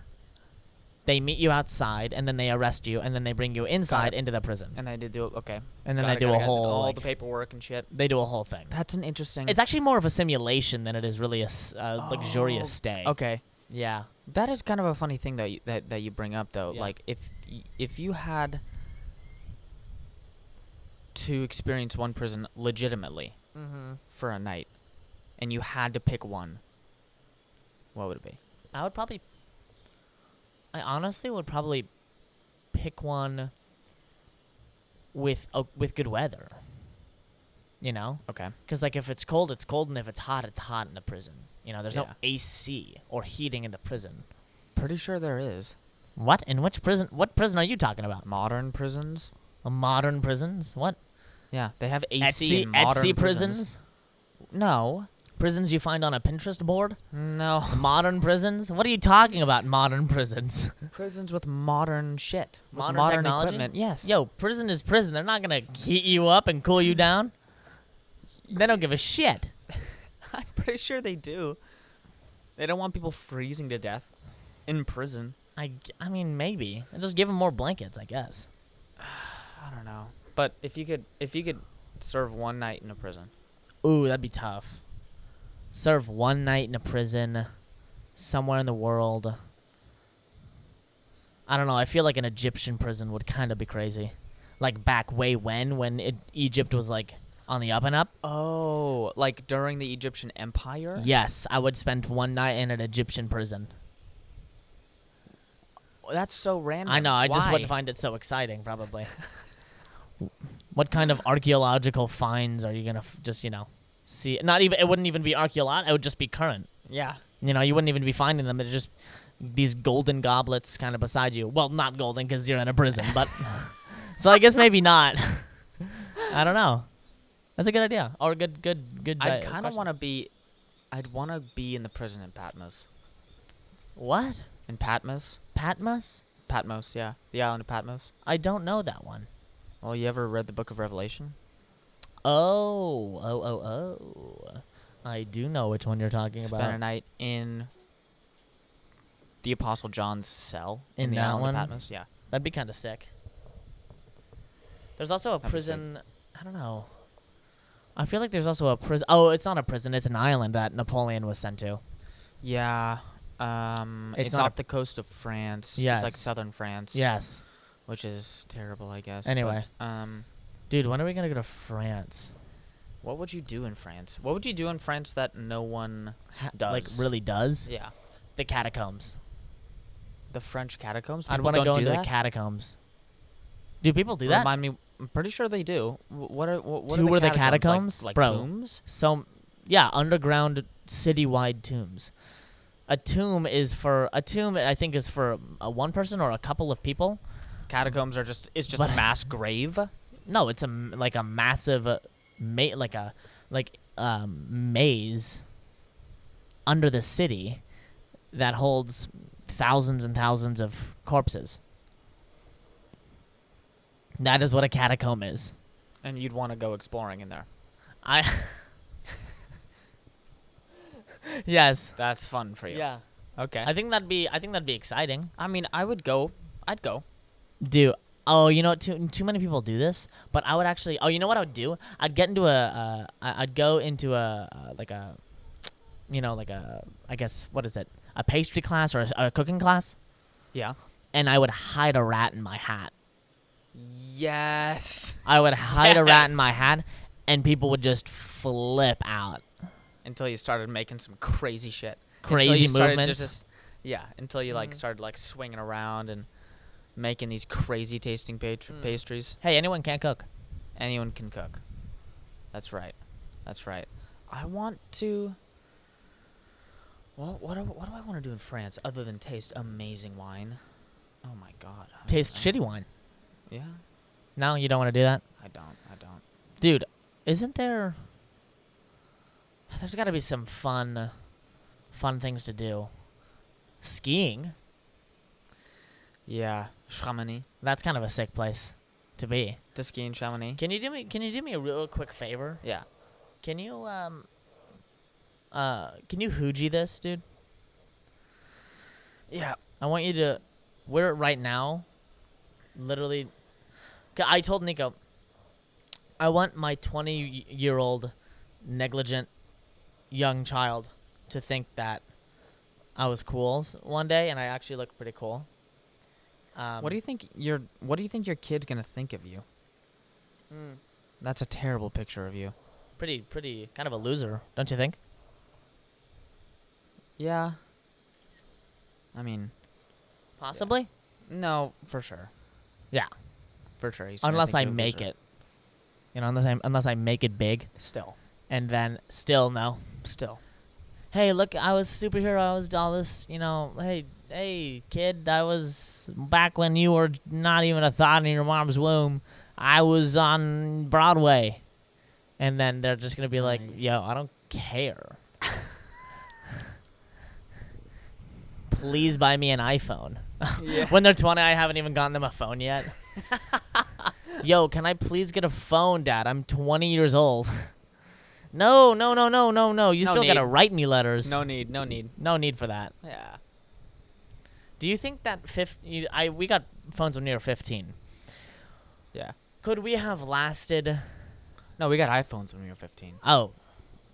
[SPEAKER 3] they meet you outside, and then they arrest you, and then they bring you inside
[SPEAKER 2] it.
[SPEAKER 3] into the prison,
[SPEAKER 2] And they did do okay.
[SPEAKER 3] and then
[SPEAKER 2] Got
[SPEAKER 3] they
[SPEAKER 2] it,
[SPEAKER 3] do
[SPEAKER 2] got it,
[SPEAKER 3] a
[SPEAKER 2] got it.
[SPEAKER 3] whole
[SPEAKER 2] all
[SPEAKER 3] like,
[SPEAKER 2] the paperwork and shit.
[SPEAKER 3] they do a whole thing.
[SPEAKER 2] That's an interesting.
[SPEAKER 3] It's actually more of a simulation than it is really a s- uh, luxurious
[SPEAKER 2] Oh,
[SPEAKER 3] stay.
[SPEAKER 2] okay.
[SPEAKER 3] Yeah.
[SPEAKER 2] That is kind of a funny thing that you, that that you bring up though.
[SPEAKER 3] Yeah.
[SPEAKER 2] Like if y- if you had to experience one prison legitimately
[SPEAKER 3] Mm-hmm.
[SPEAKER 2] for a night, and you had to pick one, what would it be?
[SPEAKER 3] I would probably. I honestly would probably pick one with o with good weather. You know,
[SPEAKER 2] Okay.
[SPEAKER 3] because like if it's cold, it's cold, and if it's hot, it's hot in the prison. You know, there's no
[SPEAKER 2] Yeah.
[SPEAKER 3] AC or heating in the prison.
[SPEAKER 2] Pretty sure there is
[SPEAKER 3] What? In which prison? What prison are you talking about?
[SPEAKER 2] modern prisons.
[SPEAKER 3] A modern prisons? What?
[SPEAKER 2] Yeah, they have AC
[SPEAKER 3] At sea,
[SPEAKER 2] in
[SPEAKER 3] at
[SPEAKER 2] modern
[SPEAKER 3] sea
[SPEAKER 2] prisons.
[SPEAKER 3] prisons?
[SPEAKER 2] No,
[SPEAKER 3] Prisons you find on a Pinterest board?
[SPEAKER 2] no,
[SPEAKER 3] Modern prisons? What are you talking about? Modern prisons?
[SPEAKER 2] prisons with modern shit, with
[SPEAKER 3] Modern
[SPEAKER 2] modern
[SPEAKER 3] technology?
[SPEAKER 2] equipment. Yes.
[SPEAKER 3] Yo, prison is prison. They're not gonna heat you up and cool you down. They don't give a shit.
[SPEAKER 2] I'm pretty sure they do. They don't want people freezing to death in prison.
[SPEAKER 3] I, g- I mean, maybe. They just give them more blankets, I guess.
[SPEAKER 2] I don't know. But if you could, if you could serve one night in a prison,
[SPEAKER 3] Ooh, that'd be tough. Serve one night in a prison somewhere in the world. I don't know. I feel like an Egyptian prison would kind of be crazy. Like back way when, when it, Egypt was like on the up and up.
[SPEAKER 2] oh, like during the Egyptian Empire.
[SPEAKER 3] Yes, I would spend one night in an Egyptian prison.
[SPEAKER 2] Oh, That's so random.
[SPEAKER 3] I know. I just
[SPEAKER 2] Why?
[SPEAKER 3] wouldn't find it so exciting, probably. what kind of archaeological finds are you gonna f- just you know see? Not even it wouldn't even be archaeolog. It would just be current.
[SPEAKER 2] Yeah.
[SPEAKER 3] You know, you wouldn't even be finding them. They're just these golden goblets kind of beside you. Well, not golden because you're in a prison, but so I guess maybe not. I don't know. That's a good idea or a good, good, good.
[SPEAKER 2] I'd kind of want to be. I'd want to be in the prison in Patmos.
[SPEAKER 3] What
[SPEAKER 2] In Patmos.
[SPEAKER 3] Patmos?
[SPEAKER 2] Patmos. Yeah, the island of Patmos.
[SPEAKER 3] I don't know that one.
[SPEAKER 2] Well, you ever read the Book of Revelation?
[SPEAKER 3] Oh, oh, oh, oh. I do know which one you're talking
[SPEAKER 2] Spend
[SPEAKER 3] about.
[SPEAKER 2] a night in the Apostle John's cell
[SPEAKER 3] In
[SPEAKER 2] the
[SPEAKER 3] that
[SPEAKER 2] island
[SPEAKER 3] one?
[SPEAKER 2] of Patmos. Yeah.
[SPEAKER 3] That'd be kind of sick. There's also a
[SPEAKER 2] That'd be sick.
[SPEAKER 3] prison. I don't know. I feel like there's also a prison. Oh, it's not a prison. It's an island that Napoleon was sent to.
[SPEAKER 2] Yeah. Um,
[SPEAKER 3] It's
[SPEAKER 2] it's,
[SPEAKER 3] not a-
[SPEAKER 2] off the coast of France. It's like
[SPEAKER 3] Yes.
[SPEAKER 2] southern France.
[SPEAKER 3] Yes.
[SPEAKER 2] Which is terrible, I guess. but,
[SPEAKER 3] Anyway.
[SPEAKER 2] um,
[SPEAKER 3] Dude, when are we going to go to France?
[SPEAKER 2] what would you do in France? What would you do in France that no one?
[SPEAKER 3] Ha- Like,
[SPEAKER 2] Does.
[SPEAKER 3] really does?
[SPEAKER 2] Yeah.
[SPEAKER 3] The catacombs.
[SPEAKER 2] The French catacombs.
[SPEAKER 3] I'd
[SPEAKER 2] People
[SPEAKER 3] want to
[SPEAKER 2] don't
[SPEAKER 3] go
[SPEAKER 2] do
[SPEAKER 3] into
[SPEAKER 2] that?
[SPEAKER 3] the catacombs. Do people do that?
[SPEAKER 2] Remind me. I'm pretty sure they do. Wh- What are what, what
[SPEAKER 3] Two
[SPEAKER 2] are
[SPEAKER 3] were
[SPEAKER 2] the
[SPEAKER 3] the
[SPEAKER 2] catacombs?
[SPEAKER 3] catacombs?
[SPEAKER 2] Like, like
[SPEAKER 3] Bro.
[SPEAKER 2] tombs?
[SPEAKER 3] So, yeah, underground citywide tombs. A tomb is for a tomb. I think is for a one person or a couple of people.
[SPEAKER 2] Catacombs are just it's just
[SPEAKER 3] But-
[SPEAKER 2] a mass grave.
[SPEAKER 3] No, it's a m- like a massive, uh, ma- like a like um, maze under the city that holds thousands and thousands of corpses. That is what a catacomb is.
[SPEAKER 2] And you'd want to go exploring in there.
[SPEAKER 3] I. yes.
[SPEAKER 2] That's fun for you.
[SPEAKER 3] Yeah.
[SPEAKER 2] Okay.
[SPEAKER 3] I think that'd be. I think that'd be exciting.
[SPEAKER 2] I mean, I would go. I'd go.
[SPEAKER 3] do oh you know what too, too many people do this but i would actually oh you know what i would do i'd get into a uh, I- i'd go into a uh, like a you know like a i guess what is it a pastry class or a, a cooking class
[SPEAKER 2] Yeah.
[SPEAKER 3] and i would hide a rat in my hat
[SPEAKER 2] Yes.
[SPEAKER 3] i would hide a rat in
[SPEAKER 2] Yes.
[SPEAKER 3] my hat and people would just flip out
[SPEAKER 2] Until you started making some crazy Mm. shit. until
[SPEAKER 3] crazy
[SPEAKER 2] you started
[SPEAKER 3] movements
[SPEAKER 2] Just, yeah, until you like
[SPEAKER 3] Mhm.
[SPEAKER 2] started like swinging around and making these crazy tasting patr-
[SPEAKER 3] Mm.
[SPEAKER 2] pastries.
[SPEAKER 3] hey anyone can't cook
[SPEAKER 2] Anyone can cook. That's right. That's right. I want to. Well, what do, what do I want to do in France other than taste amazing wine? Oh my god. I-
[SPEAKER 3] taste
[SPEAKER 2] I-
[SPEAKER 3] shitty wine
[SPEAKER 2] Yeah,
[SPEAKER 3] no you don't want to do that
[SPEAKER 2] I don't. I don't.
[SPEAKER 3] dude isn't there there's got to be some fun fun things to do skiing
[SPEAKER 2] Yeah, Chamonix.
[SPEAKER 3] that's kind of a sick place to be
[SPEAKER 2] To ski in Chamonix.
[SPEAKER 3] can you do me can you do me a real quick favor
[SPEAKER 2] Yeah.
[SPEAKER 3] can you um uh can you hooji this dude
[SPEAKER 2] Yeah.
[SPEAKER 3] i want you to we're right now literally 'Kay, i told nico i want my 20 year old negligent young child to think that i was cool s- one day and i actually looked pretty cool um,
[SPEAKER 2] Um, what do you think your What do you think your kid's gonna think of you?
[SPEAKER 3] Mm.
[SPEAKER 2] That's a terrible picture of you.
[SPEAKER 3] Pretty, pretty, kind of a loser, don't you think?
[SPEAKER 2] Yeah. I mean,
[SPEAKER 3] Possibly.
[SPEAKER 2] no, for sure.
[SPEAKER 3] Yeah.
[SPEAKER 2] For sure. he's gonna
[SPEAKER 3] Unless
[SPEAKER 2] think
[SPEAKER 3] I
[SPEAKER 2] you're a
[SPEAKER 3] make
[SPEAKER 2] loser.
[SPEAKER 3] it. You know, unless I unless I make it big,
[SPEAKER 2] Still.
[SPEAKER 3] and then still no.
[SPEAKER 2] Still.
[SPEAKER 3] Hey, look, I was a superhero. I was all this. You know, hey, hey, kid, I was back when you were not even a thought in your mom's womb. I was on Broadway, and then they're just gonna be like,
[SPEAKER 2] Nice.
[SPEAKER 3] "Yo, I don't care." Please buy me an iPhone.
[SPEAKER 2] yeah.
[SPEAKER 3] when they're 20 i haven't even gotten them a phone yet yo can i please get a phone dad i'm 20 years old no no no no no no you
[SPEAKER 2] No
[SPEAKER 3] still gotta
[SPEAKER 2] need.
[SPEAKER 3] write me letters
[SPEAKER 2] No need. No need.
[SPEAKER 3] no need for that
[SPEAKER 2] Yeah.
[SPEAKER 3] do you think that 50 i we got phones when we were 15
[SPEAKER 2] Yeah.
[SPEAKER 3] could we have lasted
[SPEAKER 2] No, we got iPhones when we were 15.
[SPEAKER 3] oh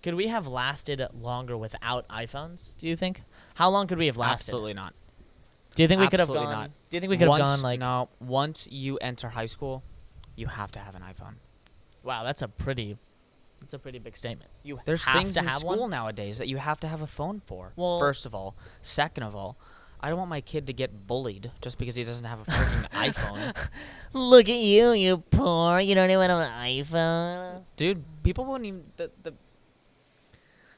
[SPEAKER 3] could we have lasted longer without iphones do you think how long could we have lasted
[SPEAKER 2] Absolutely not.
[SPEAKER 3] do you think we could have gone
[SPEAKER 2] absolutely not.
[SPEAKER 3] do you think we could have
[SPEAKER 2] once,
[SPEAKER 3] gone like
[SPEAKER 2] no. Once you enter high school, you have to have an iPhone.
[SPEAKER 3] wow that's a pretty that's a pretty big statement you
[SPEAKER 2] There's
[SPEAKER 3] have
[SPEAKER 2] things
[SPEAKER 3] to
[SPEAKER 2] in
[SPEAKER 3] have
[SPEAKER 2] school
[SPEAKER 3] one?
[SPEAKER 2] nowadays that you have to have a phone for.
[SPEAKER 3] Well-
[SPEAKER 2] first of all, second of all, I don't want my kid to get bullied just because he doesn't have a freaking iPhone.
[SPEAKER 3] Look at you, you poor. You don't even have an iPhone.
[SPEAKER 2] Dude, people won't even the, the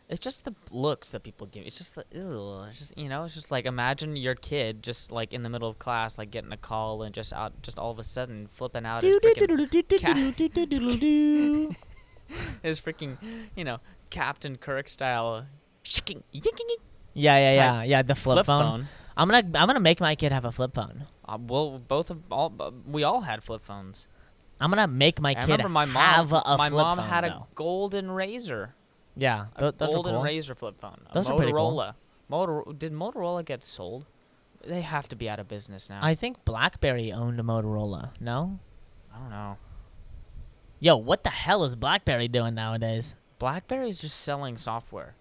[SPEAKER 2] It's just the looks that people give. It's just the ew, it's just you know, it's just like imagine your kid just like in the middle of class like getting a call and just out just all of a sudden flipping out his freaking his freaking, you know, Captain Kirk style shicking, yinking, yink,
[SPEAKER 3] Yeah, yeah, yeah,
[SPEAKER 2] Type
[SPEAKER 3] yeah. The flip,
[SPEAKER 2] flip
[SPEAKER 3] phone.
[SPEAKER 2] phone.
[SPEAKER 3] I'm gonna, I'm gonna make my kid have a flip phone.
[SPEAKER 2] Uh, well, both of all uh, we all had flip phones.
[SPEAKER 3] I'm gonna make my
[SPEAKER 2] I
[SPEAKER 3] kid
[SPEAKER 2] remember my mom.
[SPEAKER 3] have a
[SPEAKER 2] my
[SPEAKER 3] flip
[SPEAKER 2] mom
[SPEAKER 3] phone.
[SPEAKER 2] had
[SPEAKER 3] though.
[SPEAKER 2] a golden razor,
[SPEAKER 3] yeah,
[SPEAKER 2] a
[SPEAKER 3] th- those were
[SPEAKER 2] golden
[SPEAKER 3] cool.
[SPEAKER 2] razor flip phone. A
[SPEAKER 3] Those
[SPEAKER 2] Motorola.
[SPEAKER 3] are pretty cool.
[SPEAKER 2] Motor- did Motorola get sold? They have to be out of business now.
[SPEAKER 3] I think BlackBerry owned a Motorola. No,
[SPEAKER 2] I don't know.
[SPEAKER 3] yo, what the hell is BlackBerry doing nowadays?
[SPEAKER 2] BlackBerry is just selling software.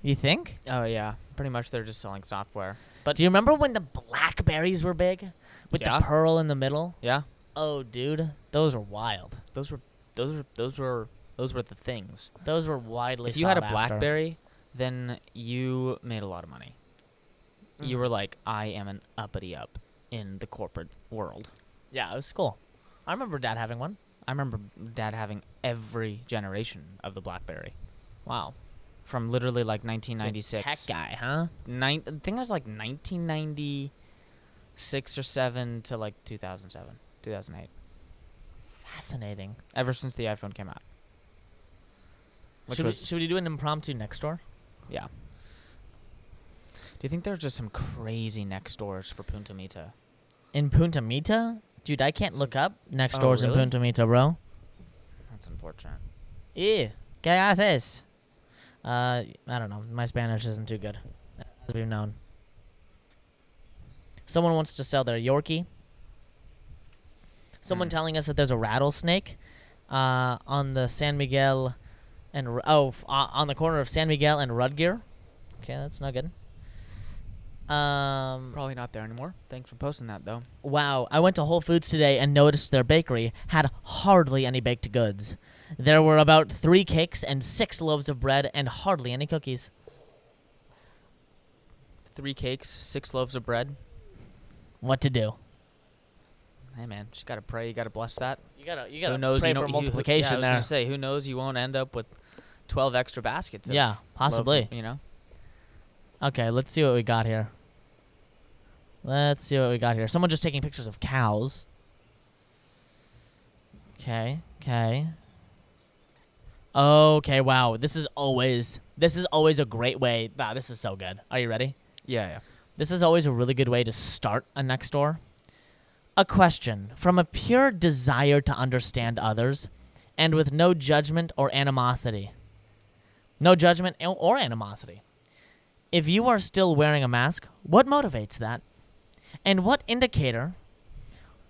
[SPEAKER 3] You think?
[SPEAKER 2] Oh yeah, pretty much they're just selling software.
[SPEAKER 3] But do you remember when the Blackberries were big, with
[SPEAKER 2] Yeah.
[SPEAKER 3] the pearl in the middle?
[SPEAKER 2] Yeah,
[SPEAKER 3] Oh, dude, those were wild.
[SPEAKER 2] those were those were those were those were the things.
[SPEAKER 3] Those were widely.
[SPEAKER 2] if you had a
[SPEAKER 3] sought after.
[SPEAKER 2] BlackBerry, then you made a lot of money. You
[SPEAKER 3] Mhm.
[SPEAKER 2] were like, I am an uppity up in the corporate world.
[SPEAKER 3] Yeah, it was cool. I remember dad having one.
[SPEAKER 2] I remember dad having every generation of the BlackBerry
[SPEAKER 3] Wow.
[SPEAKER 2] from literally like
[SPEAKER 3] He's a
[SPEAKER 2] 1996.
[SPEAKER 3] Tech guy, huh?
[SPEAKER 2] Nine, I think it was like 1996 or 7 to like 2007, 2008.
[SPEAKER 3] Fascinating.
[SPEAKER 2] Ever since the iPhone came out. Which
[SPEAKER 3] Should,
[SPEAKER 2] was
[SPEAKER 3] we, should we do an impromptu next door?
[SPEAKER 2] yeah. Do you think there are just some crazy next doors for Punta Mita?
[SPEAKER 3] In Punta Mita? Dude, I can't look up next
[SPEAKER 2] Oh,
[SPEAKER 3] doors
[SPEAKER 2] really?
[SPEAKER 3] in Punta Mita, bro.
[SPEAKER 2] That's unfortunate.
[SPEAKER 3] Ew. ¿Qué haces? Uh, I don't know. My Spanish isn't too good, as we've known. Someone wants to sell their Yorkie. Someone
[SPEAKER 2] Hmm.
[SPEAKER 3] telling us that there's a rattlesnake uh, on the San Miguel and Ru- oh, f- uh, on the corner of San Miguel and Rudgear. Okay, that's not good. Um,
[SPEAKER 2] Probably not there anymore. Thanks for posting that though.
[SPEAKER 3] Wow, I went to Whole Foods today and noticed their bakery had hardly any baked goods. There were about three cakes and six loaves of bread and hardly any cookies.
[SPEAKER 2] Three cakes, six loaves of bread.
[SPEAKER 3] What to do?
[SPEAKER 2] Hey man, just gotta pray. You gotta bless that.
[SPEAKER 3] You gotta, you
[SPEAKER 2] who knows?
[SPEAKER 3] pray
[SPEAKER 2] you know,
[SPEAKER 3] for
[SPEAKER 2] you- who-
[SPEAKER 3] multiplication
[SPEAKER 2] yeah, I was
[SPEAKER 3] there.
[SPEAKER 2] Gonna say, who knows? You won't end up with twelve extra baskets. of
[SPEAKER 3] yeah,
[SPEAKER 2] loaves of-
[SPEAKER 3] possibly.
[SPEAKER 2] you know.
[SPEAKER 3] Okay, let's see what we got here. Let's see what we got here. Someone just taking pictures of cows. Okay, okay. Okay, wow. This is always this is always a great way. Wow, this is so good. Are you ready?
[SPEAKER 2] Yeah, yeah.
[SPEAKER 3] This is always a really good way to start a next door. A question from a pure desire to understand others and with no judgment or animosity. No judgment o- or animosity. If you are still wearing a mask, what motivates that? And what indicator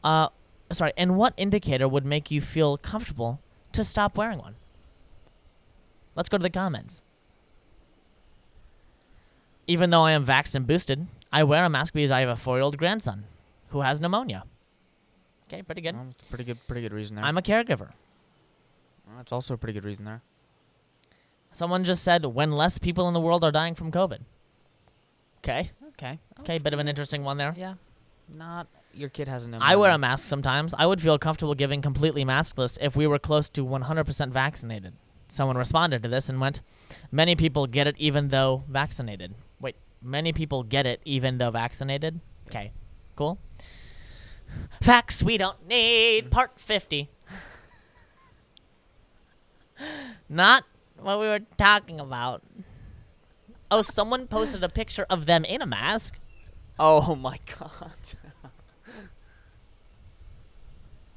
[SPEAKER 3] uh sorry, and what indicator would make you feel comfortable to stop wearing one? Let's go to the comments. Even though I am vaxxed and boosted, I wear a mask because I have a four year old grandson who has pneumonia. Okay, pretty good.
[SPEAKER 2] Oh, Well, it's a pretty good, pretty good reason there.
[SPEAKER 3] I'm a caregiver.
[SPEAKER 2] That's also a pretty good reason there.
[SPEAKER 3] Someone just said when less people in the world are dying from COVID. Okay.
[SPEAKER 2] Okay. Oh,
[SPEAKER 3] Okay, bit of an interesting one there.
[SPEAKER 2] Yeah. Not your kid has an.
[SPEAKER 3] I wear a mask sometimes. I would feel comfortable giving completely maskless if we were close to 100% vaccinated. Someone responded to this and went, Many people get it even though vaccinated. Wait, many people get it even though vaccinated? Okay, cool. Facts we don't need, part 50. Not what we were talking about. Oh, someone posted a picture of them in a mask.
[SPEAKER 2] Oh my god.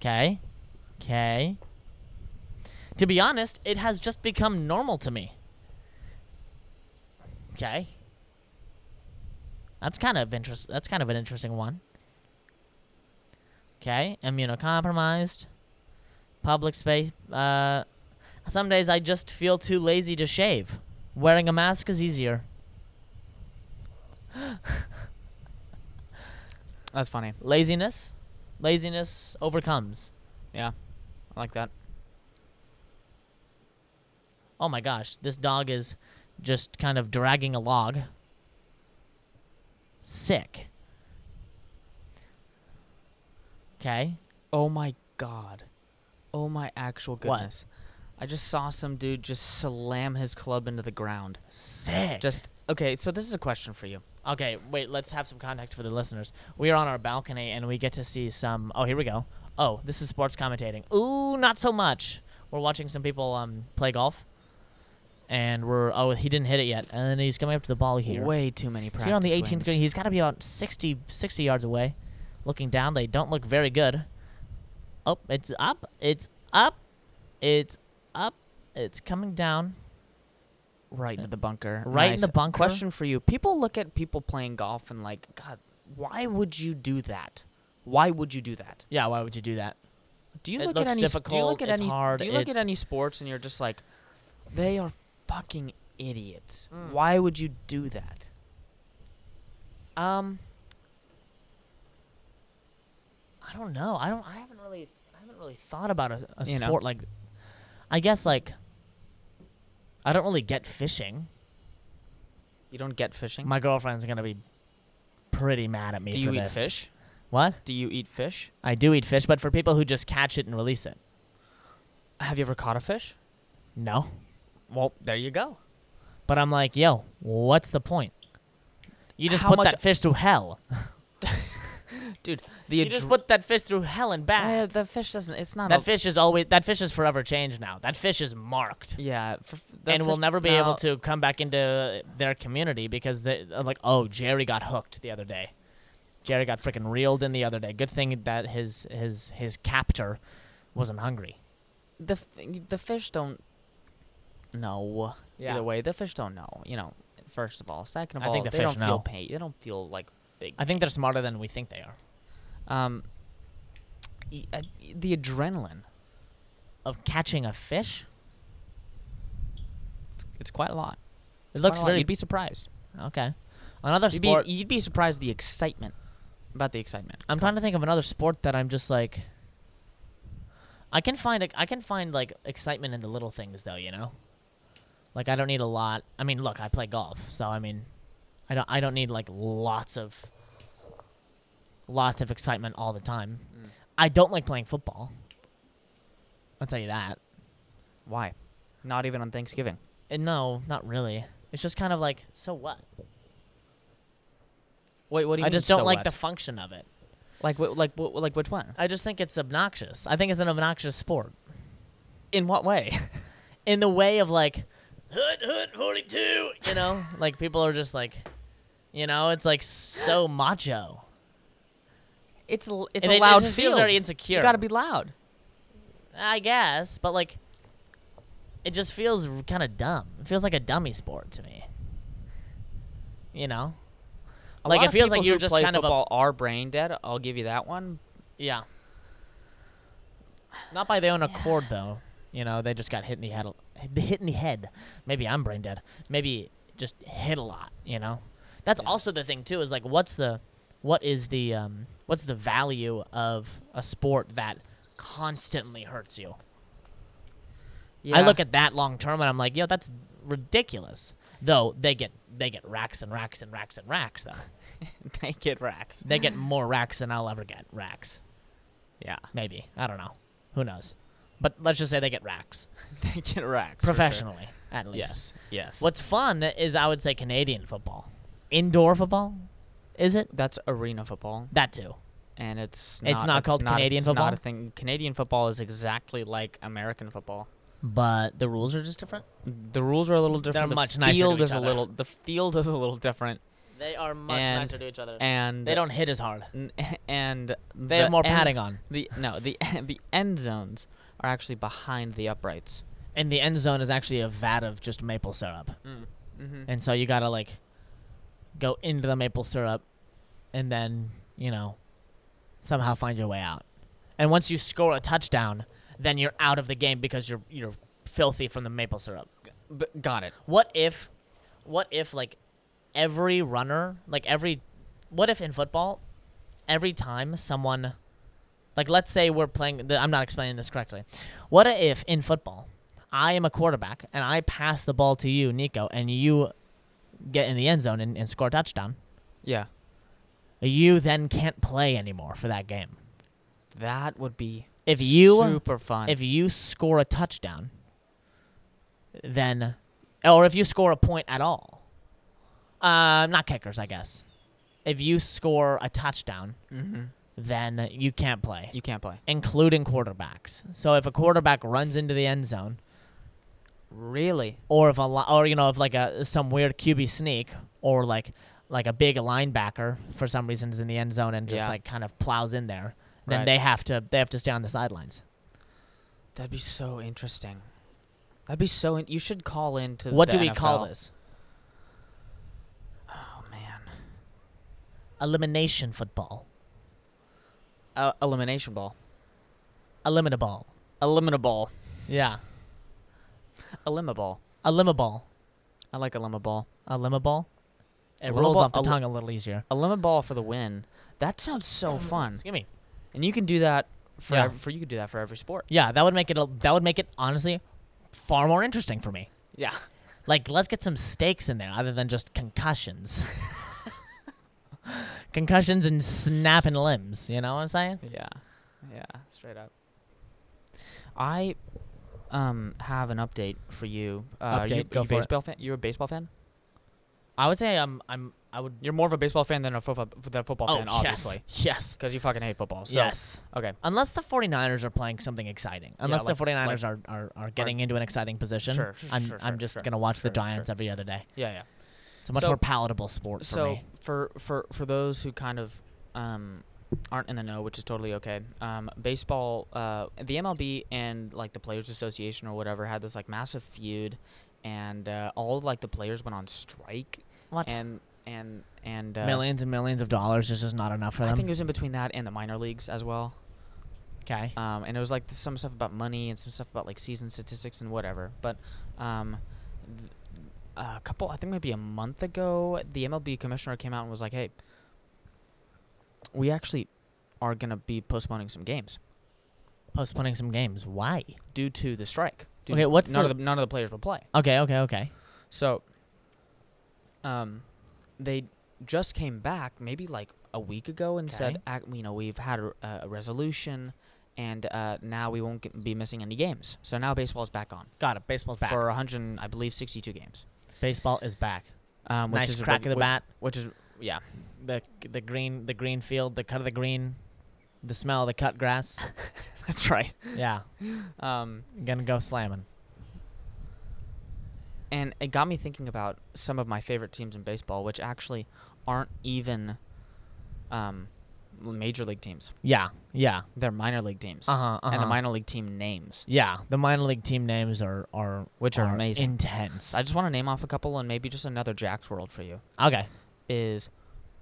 [SPEAKER 3] Okay. Okay. To be honest, it has just become normal to me. Okay. That's kind of interest that's kind of an interesting one. Okay, immunocompromised. Public space uh some days I just feel too lazy to shave. Wearing a mask is easier.
[SPEAKER 2] That's funny.
[SPEAKER 3] Laziness? Laziness overcomes.
[SPEAKER 2] Yeah. I like that.
[SPEAKER 3] Oh my gosh, this dog is just kind of dragging a log. Sick. Okay.
[SPEAKER 2] Oh my god. Oh my actual
[SPEAKER 3] What?
[SPEAKER 2] goodness. I just saw some dude just slam his club into the ground.
[SPEAKER 3] Sick.
[SPEAKER 2] Just okay, so this is a question for you.
[SPEAKER 3] okay, wait, let's have some context for the listeners. We are on our balcony and we get to see some Oh, here we go. Oh, this is sports commentating. Ooh, not so much. We're watching some people um play golf. And we're oh, he didn't hit it yet. And he's coming up to the ball here.
[SPEAKER 2] Way too many practice
[SPEAKER 3] Here on the 18th green,
[SPEAKER 2] swings.
[SPEAKER 3] he's got to be about 60, 60 yards away. Looking down, they don't look very good. Oh, it's up. It's up. It's up. It's coming down.
[SPEAKER 2] right into the bunker.
[SPEAKER 3] Right in the
[SPEAKER 2] Nice.
[SPEAKER 3] bunker.
[SPEAKER 2] Question for you. People look at people playing golf and like, God, why would you do that? Why would you do that?
[SPEAKER 3] Yeah, why would you do that?
[SPEAKER 2] Do you
[SPEAKER 3] It
[SPEAKER 2] look
[SPEAKER 3] looks
[SPEAKER 2] at any? Do you
[SPEAKER 3] difficult,
[SPEAKER 2] look at
[SPEAKER 3] it's
[SPEAKER 2] any?
[SPEAKER 3] hard,
[SPEAKER 2] do you look at
[SPEAKER 3] it's-
[SPEAKER 2] any sports and you're just like, they are fucking idiots. Why would you do that?
[SPEAKER 3] Um, I don't know. I don't. I haven't really. I haven't really thought about a, a
[SPEAKER 2] You know.
[SPEAKER 3] sport like. I guess like. I don't really get fishing.
[SPEAKER 2] You don't get fishing.
[SPEAKER 3] My girlfriend's gonna be pretty mad at me.
[SPEAKER 2] do you
[SPEAKER 3] for
[SPEAKER 2] eat
[SPEAKER 3] this.
[SPEAKER 2] fish?
[SPEAKER 3] What?
[SPEAKER 2] Do you eat fish?
[SPEAKER 3] I do eat fish, but for people who just catch it and release it.
[SPEAKER 2] Have you ever caught a fish?
[SPEAKER 3] No.
[SPEAKER 2] Well, there you go.
[SPEAKER 3] But I'm like, yo, what's the point? You just
[SPEAKER 2] How
[SPEAKER 3] put
[SPEAKER 2] much-
[SPEAKER 3] that fish through hell.
[SPEAKER 2] Dude, the
[SPEAKER 3] You just
[SPEAKER 2] adre-
[SPEAKER 3] put that fish through hell and back.
[SPEAKER 2] Eh, the fish doesn't. It's not
[SPEAKER 3] that
[SPEAKER 2] a-
[SPEAKER 3] fish is always that fish is forever changed now. That fish is marked.
[SPEAKER 2] Yeah, for, the
[SPEAKER 3] and will
[SPEAKER 2] fish-
[SPEAKER 3] never be
[SPEAKER 2] no,
[SPEAKER 3] able to come back into their community because they are like, oh, Jerry got hooked the other day. Jerry got freaking reeled in the other day. Good thing that his his his captor wasn't hungry.
[SPEAKER 2] The f- the fish don't know.
[SPEAKER 3] Yeah.
[SPEAKER 2] Either way, the fish don't know. You know, first of all, second of
[SPEAKER 3] I
[SPEAKER 2] all,
[SPEAKER 3] think the
[SPEAKER 2] they
[SPEAKER 3] fish
[SPEAKER 2] don't feel
[SPEAKER 3] know.
[SPEAKER 2] pain. They don't feel like big.
[SPEAKER 3] I think they're smarter than we think they are.
[SPEAKER 2] Um, e- uh, the adrenaline.
[SPEAKER 3] Of catching a fish,
[SPEAKER 2] It's quite a lot.
[SPEAKER 3] it
[SPEAKER 2] It's quite
[SPEAKER 3] looks
[SPEAKER 2] a lot.
[SPEAKER 3] very
[SPEAKER 2] You'd be surprised.
[SPEAKER 3] Okay. Another
[SPEAKER 2] You'd be,
[SPEAKER 3] sport.
[SPEAKER 2] you'd be surprised the excitement about the excitement.
[SPEAKER 3] I'm trying to think of another sport that I'm just like. I can find a- I can find like excitement in the little things though, you know. Like I don't need a lot. I mean, look, I play golf, so I mean, I don't I don't need like lots of lots of excitement all the time.
[SPEAKER 2] Mm.
[SPEAKER 3] I don't like playing football. I'll tell you that.
[SPEAKER 2] Why? Not even on Thanksgiving.
[SPEAKER 3] And no, not really. It's just kind of like so what?
[SPEAKER 2] Wait, what do you
[SPEAKER 3] I
[SPEAKER 2] mean,
[SPEAKER 3] just don't
[SPEAKER 2] so
[SPEAKER 3] like
[SPEAKER 2] what?
[SPEAKER 3] the function of it.
[SPEAKER 2] like wh- like wh- like which one?
[SPEAKER 3] I just think it's obnoxious. I think it's an obnoxious sport.
[SPEAKER 2] In what way?
[SPEAKER 3] in the way of like hood hood 42 you know like people are just like you know it's like so macho
[SPEAKER 2] it's a, it's
[SPEAKER 3] And
[SPEAKER 2] a
[SPEAKER 3] it- it
[SPEAKER 2] loud
[SPEAKER 3] just
[SPEAKER 2] field.
[SPEAKER 3] feels very insecure
[SPEAKER 2] You gotta be loud.
[SPEAKER 3] i guess but like it just feels kind of dumb it feels like a dummy sport to me you know
[SPEAKER 2] A
[SPEAKER 3] like
[SPEAKER 2] lot
[SPEAKER 3] it
[SPEAKER 2] of
[SPEAKER 3] feels like
[SPEAKER 2] people
[SPEAKER 3] you're
[SPEAKER 2] who
[SPEAKER 3] just
[SPEAKER 2] play
[SPEAKER 3] kind
[SPEAKER 2] football are brain dead. I'll give you that one.
[SPEAKER 3] of a, yeah not by their own accord though you know they just got hit in the head a- hit in the head maybe i'm brain dead maybe just hit a lot you know that's
[SPEAKER 2] Yeah.
[SPEAKER 3] also the thing too is like what's the what is the um what's the value of a sport that constantly hurts you I look at that long term and I'm like, yo, that's ridiculous. Though they get they get racks and racks and racks and racks though.
[SPEAKER 2] naked racks.
[SPEAKER 3] they get more racks than I'll ever get racks.
[SPEAKER 2] Yeah,
[SPEAKER 3] Maybe I don't know. Who knows? But let's just say they get racks
[SPEAKER 2] naked racks. for sure.
[SPEAKER 3] professionally at least.
[SPEAKER 2] Yes. Yes.
[SPEAKER 3] What's fun is I would say Canadian football, indoor football, is it?
[SPEAKER 2] That's arena football,
[SPEAKER 3] That too.
[SPEAKER 2] and it's
[SPEAKER 3] It's not called Canadian
[SPEAKER 2] it's Not a
[SPEAKER 3] football?
[SPEAKER 2] thing. Canadian football is exactly like American football.
[SPEAKER 3] But the rules are just different.
[SPEAKER 2] The rules are a little different. the
[SPEAKER 3] much nicer to
[SPEAKER 2] Field
[SPEAKER 3] each
[SPEAKER 2] is
[SPEAKER 3] other.
[SPEAKER 2] a little. The field is a little different,
[SPEAKER 3] They are much
[SPEAKER 2] And-
[SPEAKER 3] nicer to each other.
[SPEAKER 2] and
[SPEAKER 3] they don't hit as hard.
[SPEAKER 2] n- and
[SPEAKER 3] They have more padding on.
[SPEAKER 2] The no the the end zones are actually behind the uprights.
[SPEAKER 3] And the end zone is actually a vat of just maple syrup.
[SPEAKER 2] Mm-hmm.
[SPEAKER 3] And so you gotta like go into the maple syrup and then, you know, somehow find your way out. And once you score a touchdown, then you're out of the game because you're you're filthy from the maple syrup.
[SPEAKER 2] But got it.
[SPEAKER 3] What if what if like every runner, like every what if in football every time someone like let's say we're playing the, I'm not explaining this correctly. What if in football I am a quarterback and I pass the ball to you, Nico, and you get in the end zone and, and score a touchdown.
[SPEAKER 2] Yeah,
[SPEAKER 3] You then can't play anymore for that game.
[SPEAKER 2] that would be
[SPEAKER 3] If you
[SPEAKER 2] super fun.
[SPEAKER 3] if you score a touchdown, then, or if you score a point at all, uh, not kickers, I guess. If you score a touchdown,
[SPEAKER 2] Mhm.
[SPEAKER 3] then you can't play,
[SPEAKER 2] you can't play.
[SPEAKER 3] including quarterbacks. So if a quarterback runs into the end zone,
[SPEAKER 2] Really?
[SPEAKER 3] or if a li- or you know if like a some weird QB sneak or like like a big linebacker for some reason is in the end zone and just
[SPEAKER 2] Yeah.
[SPEAKER 3] like kind of plows in there, then
[SPEAKER 2] Right.
[SPEAKER 3] they have to they have to stay on the sidelines.
[SPEAKER 2] That'd be so interesting. That'd be so. In- you should call in to.
[SPEAKER 3] What
[SPEAKER 2] the
[SPEAKER 3] do we call
[SPEAKER 2] NFL.
[SPEAKER 3] this?
[SPEAKER 2] Oh man,
[SPEAKER 3] Elimination football.
[SPEAKER 2] uh, elimination ball,
[SPEAKER 3] Eliminable.
[SPEAKER 2] eliminable,
[SPEAKER 3] Yeah.
[SPEAKER 2] eliminable.
[SPEAKER 3] Eliminable.
[SPEAKER 2] I like eliminable.
[SPEAKER 3] Eliminable. It
[SPEAKER 2] Eliminable-
[SPEAKER 3] rolls off the
[SPEAKER 2] elim-
[SPEAKER 3] tongue a little easier.
[SPEAKER 2] Eliminable for the win. That sounds so fun,
[SPEAKER 3] Excuse me.
[SPEAKER 2] and you can do that for
[SPEAKER 3] Yeah.
[SPEAKER 2] ev- for you could do that for every sport.
[SPEAKER 3] Yeah, that would make it a, that would make it honestly far more interesting for me.
[SPEAKER 2] Yeah.
[SPEAKER 3] Like, let's get some stakes in there other than just concussions. concussions and snapping limbs, you know what I'm saying?
[SPEAKER 2] Yeah. Yeah, straight up. I um have an update for you. Uh,
[SPEAKER 3] Update,
[SPEAKER 2] you,
[SPEAKER 3] go
[SPEAKER 2] you
[SPEAKER 3] for it.
[SPEAKER 2] baseball fan? You're a baseball fan?
[SPEAKER 3] I would say I'm I'm I would
[SPEAKER 2] You're more of a baseball fan than a football than a football fan, obviously.
[SPEAKER 3] Oh, Yes. Yes.
[SPEAKER 2] Because you fucking hate football. So.
[SPEAKER 3] yes.
[SPEAKER 2] Okay.
[SPEAKER 3] Unless the 49ers are playing something exciting. Unless
[SPEAKER 2] like-
[SPEAKER 3] the 49ers are, are, are getting into an exciting position.
[SPEAKER 2] Sure, sure,
[SPEAKER 3] I'm
[SPEAKER 2] sure,
[SPEAKER 3] I'm
[SPEAKER 2] sure,
[SPEAKER 3] just
[SPEAKER 2] sure,
[SPEAKER 3] going to watch
[SPEAKER 2] sure,
[SPEAKER 3] the Giants
[SPEAKER 2] sure.
[SPEAKER 3] every other day.
[SPEAKER 2] Yeah, yeah.
[SPEAKER 3] It's a much
[SPEAKER 2] So-
[SPEAKER 3] more palatable sport for
[SPEAKER 2] so
[SPEAKER 3] me.
[SPEAKER 2] for for for those who kind of um, aren't in the know, which is totally okay. Um, baseball, uh, the MLB and like the Players Association or whatever had this like massive feud, and uh, all like the players went on strike.
[SPEAKER 3] What?
[SPEAKER 2] And and and uh,
[SPEAKER 3] millions and millions of dollars is just not enough for them.
[SPEAKER 2] I think it was in between that and the minor leagues as well.
[SPEAKER 3] okay.
[SPEAKER 2] Um, and it was like th- some stuff about money and some stuff about like season statistics and whatever. But um, th- a couple, I think maybe a month ago, the MLB commissioner came out and was like, "Hey, we actually are gonna be postponing some games
[SPEAKER 3] Postponing some games. Why?
[SPEAKER 2] due to the strike." Due
[SPEAKER 3] Okay,
[SPEAKER 2] to
[SPEAKER 3] what's
[SPEAKER 2] none
[SPEAKER 3] the-
[SPEAKER 2] of the none of the players will play.
[SPEAKER 3] Okay, okay, okay.
[SPEAKER 2] So, um, they just came back maybe like a week ago and said, ac- you know, we've had a, a resolution, and uh, now we won't get, be missing any games. So now baseball's back on
[SPEAKER 3] Got it. Baseball's back.
[SPEAKER 2] for uh, 100, and, I believe, 62 games.
[SPEAKER 3] Baseball is back.
[SPEAKER 2] Um,
[SPEAKER 3] nice
[SPEAKER 2] a
[SPEAKER 3] crack
[SPEAKER 2] big-
[SPEAKER 3] of the
[SPEAKER 2] which-
[SPEAKER 3] bat.
[SPEAKER 2] which is yeah,
[SPEAKER 3] The the green the green field. The cut of the green. The smell of the cut grass.
[SPEAKER 2] that's right.
[SPEAKER 3] yeah,
[SPEAKER 2] Um,
[SPEAKER 3] gonna go slamming.
[SPEAKER 2] and it got me thinking about some of my favorite teams in baseball, which actually aren't even um, major league teams;
[SPEAKER 3] Yeah, yeah.
[SPEAKER 2] they're minor league teams,
[SPEAKER 3] Uh huh.
[SPEAKER 2] and the minor league team names.
[SPEAKER 3] Yeah, the minor league team names are are
[SPEAKER 2] Which are amazing.
[SPEAKER 3] intense.
[SPEAKER 2] I just want to name off a couple and maybe just another Jack's World for you.
[SPEAKER 3] okay.
[SPEAKER 2] Is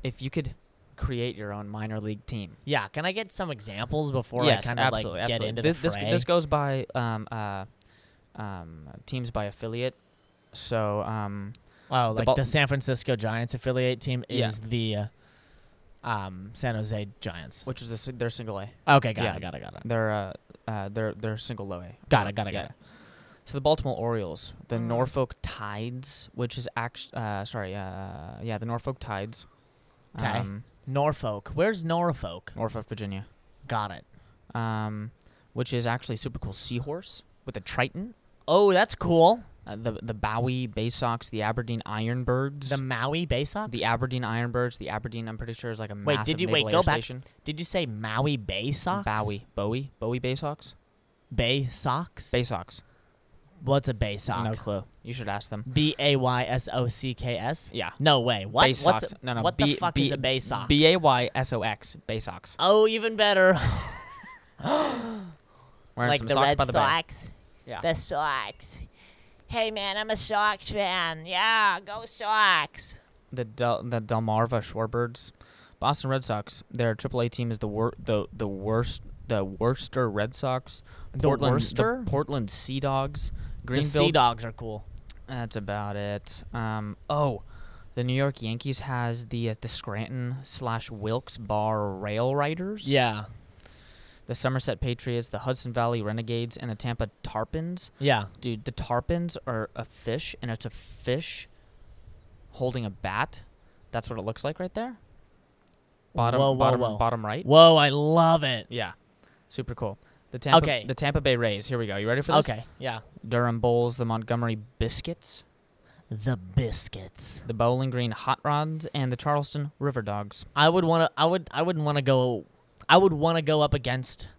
[SPEAKER 2] if you could create your own minor league team.
[SPEAKER 3] Yeah. Can I get some examples before
[SPEAKER 2] yes,
[SPEAKER 3] I kind of like
[SPEAKER 2] absolutely.
[SPEAKER 3] get
[SPEAKER 2] absolutely.
[SPEAKER 3] into
[SPEAKER 2] this,
[SPEAKER 3] the
[SPEAKER 2] this,
[SPEAKER 3] fray?
[SPEAKER 2] this goes by um, uh, um, teams by affiliate. So um,
[SPEAKER 3] Oh,
[SPEAKER 2] The
[SPEAKER 3] like
[SPEAKER 2] Bal-
[SPEAKER 3] the San Francisco Giants affiliate team
[SPEAKER 2] Yeah.
[SPEAKER 3] is the uh, um, San Jose Giants.
[SPEAKER 2] which is the, si- their single A.
[SPEAKER 3] Okay, got
[SPEAKER 2] Yeah.
[SPEAKER 3] it, got it, got it.
[SPEAKER 2] They're uh, uh, they're they're single low A.
[SPEAKER 3] Got it, got it, got it.
[SPEAKER 2] So the Baltimore Orioles, the
[SPEAKER 3] Mm.
[SPEAKER 2] Norfolk Tides, which is actually uh, sorry, uh, yeah, the Norfolk Tides,
[SPEAKER 3] 'Kay.
[SPEAKER 2] um,
[SPEAKER 3] Norfolk. Where's Norfolk?
[SPEAKER 2] Norfolk, Virginia,
[SPEAKER 3] Got it.
[SPEAKER 2] um, which is actually a super cool seahorse with a triton.
[SPEAKER 3] Oh, that's cool.
[SPEAKER 2] Uh, the the Bowie Bay Sox, the Aberdeen Ironbirds,
[SPEAKER 3] The Maui Bay Sox.
[SPEAKER 2] the Aberdeen Ironbirds, the Aberdeen. I'm pretty sure is like a
[SPEAKER 3] Wait, did
[SPEAKER 2] massive
[SPEAKER 3] you- wait,
[SPEAKER 2] naval
[SPEAKER 3] go
[SPEAKER 2] air
[SPEAKER 3] back.
[SPEAKER 2] station.
[SPEAKER 3] Did you say Maui Bay Sox?
[SPEAKER 2] Bowie, Bowie, Bowie Bay Sox,
[SPEAKER 3] Bay Sox.
[SPEAKER 2] Bay Sox.
[SPEAKER 3] What's a Bay Sox?
[SPEAKER 2] No clue. You should ask them.
[SPEAKER 3] B a y s o c k s.
[SPEAKER 2] Yeah.
[SPEAKER 3] No way. What?
[SPEAKER 2] Bay
[SPEAKER 3] What's
[SPEAKER 2] Sox.
[SPEAKER 3] a-
[SPEAKER 2] no, no.
[SPEAKER 3] What
[SPEAKER 2] B-
[SPEAKER 3] the fuck
[SPEAKER 2] B-
[SPEAKER 3] is a Bay Sox?
[SPEAKER 2] B a y s o x. Bay Sox.
[SPEAKER 3] oh, even better.
[SPEAKER 2] Wearing
[SPEAKER 3] like
[SPEAKER 2] some
[SPEAKER 3] the
[SPEAKER 2] socks
[SPEAKER 3] Red
[SPEAKER 2] by the bay.
[SPEAKER 4] Sox.
[SPEAKER 2] Yeah.
[SPEAKER 4] The Sox. Hey man, I'm a Sox fan. Yeah, go Sox.
[SPEAKER 2] the Del- the Delmarva Shorebirds, Boston Red Sox. Their AAA team is the wor- the the worst the Worcester Red Sox.
[SPEAKER 3] The
[SPEAKER 2] Portland,
[SPEAKER 3] Worcester?
[SPEAKER 2] Portland Sea Dogs.
[SPEAKER 3] the
[SPEAKER 2] Greenville.
[SPEAKER 3] Sea Dogs are cool.
[SPEAKER 2] That's about it. Um. Oh, the New York Yankees has the uh, the Scranton slash Wilkes Barre Rail Riders.
[SPEAKER 3] Yeah.
[SPEAKER 2] The Somerset Patriots, the Hudson Valley Renegades, and the Tampa Tarpons.
[SPEAKER 3] Yeah.
[SPEAKER 2] Dude, the tarpons are a fish, and it's a fish holding a bat. That's what it looks like right there. Bottom,
[SPEAKER 3] Whoa, whoa,
[SPEAKER 2] bottom,
[SPEAKER 3] whoa.
[SPEAKER 2] bottom right.
[SPEAKER 3] Whoa, I love it.
[SPEAKER 2] Yeah, super cool. The Tampa,
[SPEAKER 3] Okay.
[SPEAKER 2] the Tampa Bay Rays. Here we go. You ready for this?
[SPEAKER 3] Okay. Yeah.
[SPEAKER 2] Durham Bulls, the Montgomery Biscuits,
[SPEAKER 3] The biscuits.
[SPEAKER 2] the Bowling Green Hot Rods, and the Charleston River Dogs.
[SPEAKER 3] I would want to. I would. I wouldn't want to go. I would want to go up against.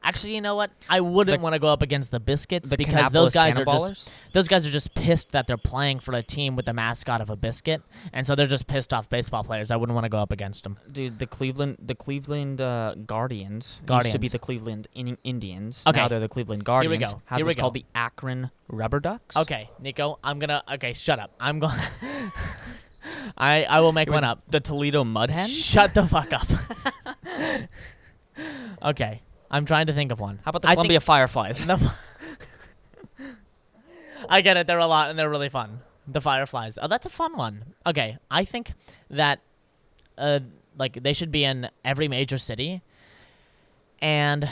[SPEAKER 3] Actually, you know what? I wouldn't
[SPEAKER 2] The-
[SPEAKER 3] want to go up against the biscuits
[SPEAKER 2] The
[SPEAKER 3] because those
[SPEAKER 2] Kannapolis
[SPEAKER 3] guys are just
[SPEAKER 2] Cannonballers?
[SPEAKER 3] those guys are just pissed that they're playing for a team with the mascot of a biscuit, and so they're just pissed off baseball players. I wouldn't want to go up against them.
[SPEAKER 2] Dude, the Cleveland, the Cleveland uh, Guardians, used to be
[SPEAKER 3] Guardians.
[SPEAKER 2] the Cleveland in- Indians.
[SPEAKER 3] Okay.
[SPEAKER 2] Now they're the Cleveland
[SPEAKER 3] we
[SPEAKER 2] Guardians.
[SPEAKER 3] go.
[SPEAKER 2] Has
[SPEAKER 3] Here we
[SPEAKER 2] what's
[SPEAKER 3] go.
[SPEAKER 2] called the Akron Rubber Ducks.
[SPEAKER 3] Okay, Nico, I'm gonna. Okay, shut up. I'm going. I I will make
[SPEAKER 2] Here we-
[SPEAKER 3] one up.
[SPEAKER 2] The Toledo Mud Hens.
[SPEAKER 3] Shut the fuck up. okay, I'm trying to think of one.
[SPEAKER 2] How about the
[SPEAKER 3] I think-
[SPEAKER 2] Columbia Fireflies?
[SPEAKER 3] The- I get it. They're a lot and they're really fun. The Fireflies. Oh, that's a fun one. Okay, I think that uh, like they should be in every major city, and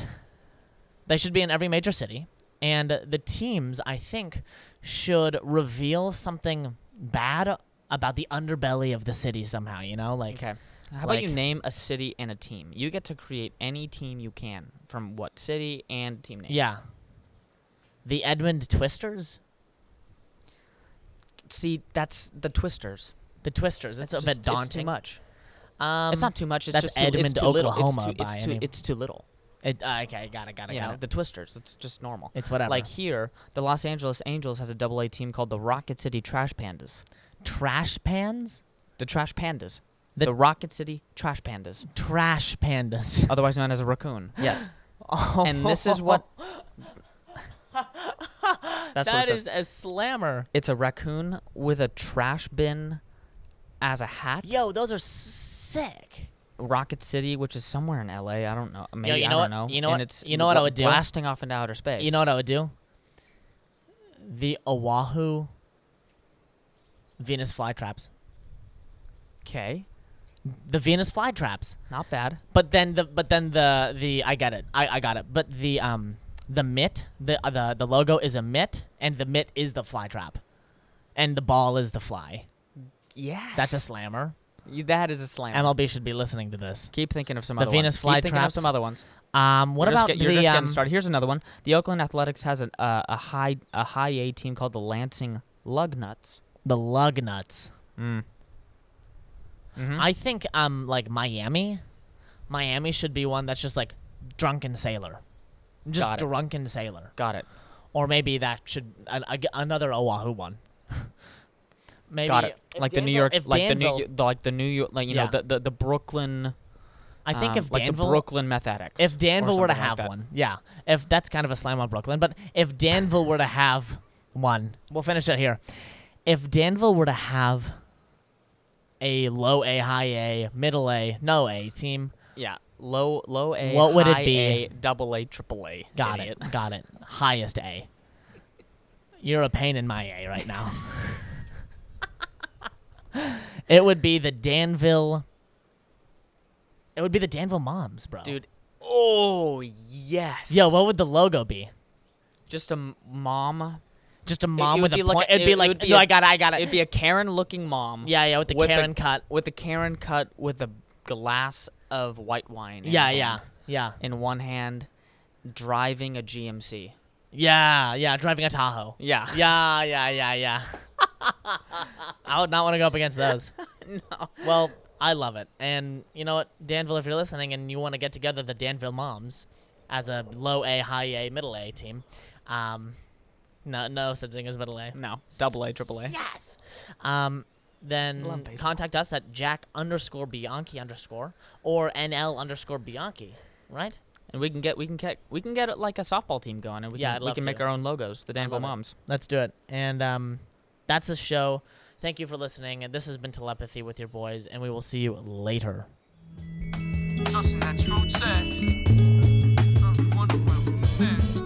[SPEAKER 3] they should be in every major city. And the teams, I think, should reveal something bad about the underbelly of the city somehow. You know, like
[SPEAKER 2] okay. How about you
[SPEAKER 3] like-
[SPEAKER 2] name a city and a team? You get to create any team you can from what city and team name.
[SPEAKER 3] yeah, the Edmund Twisters.
[SPEAKER 2] See, that's the Twisters.
[SPEAKER 3] The Twisters. It's
[SPEAKER 2] That's
[SPEAKER 3] a
[SPEAKER 2] just-
[SPEAKER 3] bit daunting.
[SPEAKER 2] It's too much.
[SPEAKER 3] Um,
[SPEAKER 2] it's not too much. It's
[SPEAKER 3] that's
[SPEAKER 2] just too,
[SPEAKER 3] Edmond,
[SPEAKER 2] it's too little. It's
[SPEAKER 3] Oklahoma,
[SPEAKER 2] too- It's too,
[SPEAKER 3] by
[SPEAKER 2] it's,
[SPEAKER 3] any-
[SPEAKER 2] too, little.
[SPEAKER 3] It, uh, okay, got it, got it,
[SPEAKER 2] You
[SPEAKER 3] got
[SPEAKER 2] know,
[SPEAKER 3] it.
[SPEAKER 2] the Twisters. It's just normal.
[SPEAKER 3] it's whatever.
[SPEAKER 2] Like here, the Los Angeles Angels has a double A team called the Rocket City Trash Pandas.
[SPEAKER 3] trash pans,
[SPEAKER 2] The Trash Pandas.
[SPEAKER 3] The-
[SPEAKER 2] The, Rocket City Trash Pandas,
[SPEAKER 3] trash pandas.
[SPEAKER 2] otherwise known as a raccoon. Yes.
[SPEAKER 3] Oh,
[SPEAKER 2] And this is what. That's what it
[SPEAKER 3] that
[SPEAKER 2] says.
[SPEAKER 3] is a slammer.
[SPEAKER 2] It's a raccoon with a trash bin as a hat.
[SPEAKER 3] Yo, those are sick.
[SPEAKER 2] Rocket City, which is somewhere in LA. I don't know. Maybe
[SPEAKER 3] you
[SPEAKER 2] I
[SPEAKER 3] know
[SPEAKER 2] don't
[SPEAKER 3] what-
[SPEAKER 2] know.
[SPEAKER 3] you know
[SPEAKER 2] and
[SPEAKER 3] what-
[SPEAKER 2] It's
[SPEAKER 3] you know what I
[SPEAKER 2] bla-
[SPEAKER 3] would do?
[SPEAKER 2] Blasting off into outer space.
[SPEAKER 3] You know what I would do? The Oahu Venus flytraps.
[SPEAKER 2] Okay.
[SPEAKER 3] The Venus flytraps.
[SPEAKER 2] Not bad.
[SPEAKER 3] But then the but then the the I get it. I, I got it. But the um the mitt the uh, the the logo is a mitt and the mitt is the fly trap, and the ball is the fly.
[SPEAKER 2] Yes.
[SPEAKER 3] That's a slammer.
[SPEAKER 2] that is a slam.
[SPEAKER 3] MLB should be listening to this.
[SPEAKER 2] Keep thinking of some
[SPEAKER 3] The
[SPEAKER 2] other
[SPEAKER 3] Venus
[SPEAKER 2] ones. Keep
[SPEAKER 3] flytraps.
[SPEAKER 2] thinking of some other ones.
[SPEAKER 3] Um, what
[SPEAKER 2] You're just
[SPEAKER 3] about
[SPEAKER 2] get- you're
[SPEAKER 3] the
[SPEAKER 2] just
[SPEAKER 3] um,
[SPEAKER 2] getting started? Here's another one. The Oakland Athletics has an, uh, a high a high A team called the Lansing Lugnuts.
[SPEAKER 3] the lug nuts?
[SPEAKER 2] Mm. hmm
[SPEAKER 3] I think um like Miami, Miami should be one that's just like drunken sailor, just
[SPEAKER 2] Got it.
[SPEAKER 3] drunken sailor,
[SPEAKER 2] Got it.
[SPEAKER 3] or maybe that should an, a, another Oahu one. maybe
[SPEAKER 2] Got it.
[SPEAKER 3] if
[SPEAKER 2] Like the New
[SPEAKER 3] Danville-
[SPEAKER 2] York,
[SPEAKER 3] if
[SPEAKER 2] like the New,
[SPEAKER 3] Danville-
[SPEAKER 2] Yo- the, like the New York, like you
[SPEAKER 3] Yeah.
[SPEAKER 2] know, the, the the Brooklyn.
[SPEAKER 3] I think
[SPEAKER 2] um,
[SPEAKER 3] if
[SPEAKER 2] like
[SPEAKER 3] Danville,
[SPEAKER 2] the Brooklyn Meth Addicts.
[SPEAKER 3] if
[SPEAKER 2] or
[SPEAKER 3] Danville were to
[SPEAKER 2] something like
[SPEAKER 3] have
[SPEAKER 2] that.
[SPEAKER 3] one, yeah, if that's kind of a slam on Brooklyn, but if Danville were to have one, we'll finish it here. If Danville were to have a low A, high A, middle A, no A team,
[SPEAKER 2] yeah, low low A,
[SPEAKER 3] What would it
[SPEAKER 2] high
[SPEAKER 3] be?
[SPEAKER 2] A, double A, triple A.
[SPEAKER 3] got
[SPEAKER 2] idiot.
[SPEAKER 3] it, got it, highest A. You're a pain in my A right now. it would be the Danville. It would be the Danville Moms, bro.
[SPEAKER 2] dude. Oh yes.
[SPEAKER 3] Yo, what would the logo be?
[SPEAKER 2] just a m- mom
[SPEAKER 3] just a mom
[SPEAKER 2] it
[SPEAKER 3] with
[SPEAKER 2] would be
[SPEAKER 3] a
[SPEAKER 2] like
[SPEAKER 3] point.
[SPEAKER 2] a-
[SPEAKER 3] it'd
[SPEAKER 2] it
[SPEAKER 3] be like,
[SPEAKER 2] would be
[SPEAKER 3] no,
[SPEAKER 2] a-
[SPEAKER 3] I got it, I got it.
[SPEAKER 2] It'd be a Karen looking mom.
[SPEAKER 3] yeah, yeah, with the
[SPEAKER 2] with the-
[SPEAKER 3] Karen cut.
[SPEAKER 2] With a Karen cut with a glass of white wine. in
[SPEAKER 3] Yeah,
[SPEAKER 2] one-
[SPEAKER 3] yeah, yeah,
[SPEAKER 2] In one hand, driving a GMC.
[SPEAKER 3] yeah, yeah. Driving a Tahoe.
[SPEAKER 2] Yeah.
[SPEAKER 3] Yeah, yeah, yeah, yeah. I would not want to go up against those.
[SPEAKER 2] no.
[SPEAKER 3] Well, I love it. And you know what, Danville, if you're listening and you want to get together the Danville moms as a low A, high A, middle A team, um, no, no such thing as middle A.
[SPEAKER 2] No. Double A, triple A.
[SPEAKER 4] Yes.
[SPEAKER 3] Um, then
[SPEAKER 2] Love baseball.
[SPEAKER 3] contact us at Jack underscore Bianchi underscore or NL underscore Bianchi, right?
[SPEAKER 2] And we can get we can get we can get like a softball team going, and we
[SPEAKER 3] Yeah, I'd
[SPEAKER 2] can, we
[SPEAKER 3] love
[SPEAKER 2] can make
[SPEAKER 3] to.
[SPEAKER 2] our own logos, the Danville
[SPEAKER 3] love it.
[SPEAKER 2] Moms.
[SPEAKER 3] Let's do it. And um, that's the show. Thank you for listening. And this has been Telepathy with your boys. And we will see you later.
[SPEAKER 1] Trusting that truth says. Uh, wonder where we met.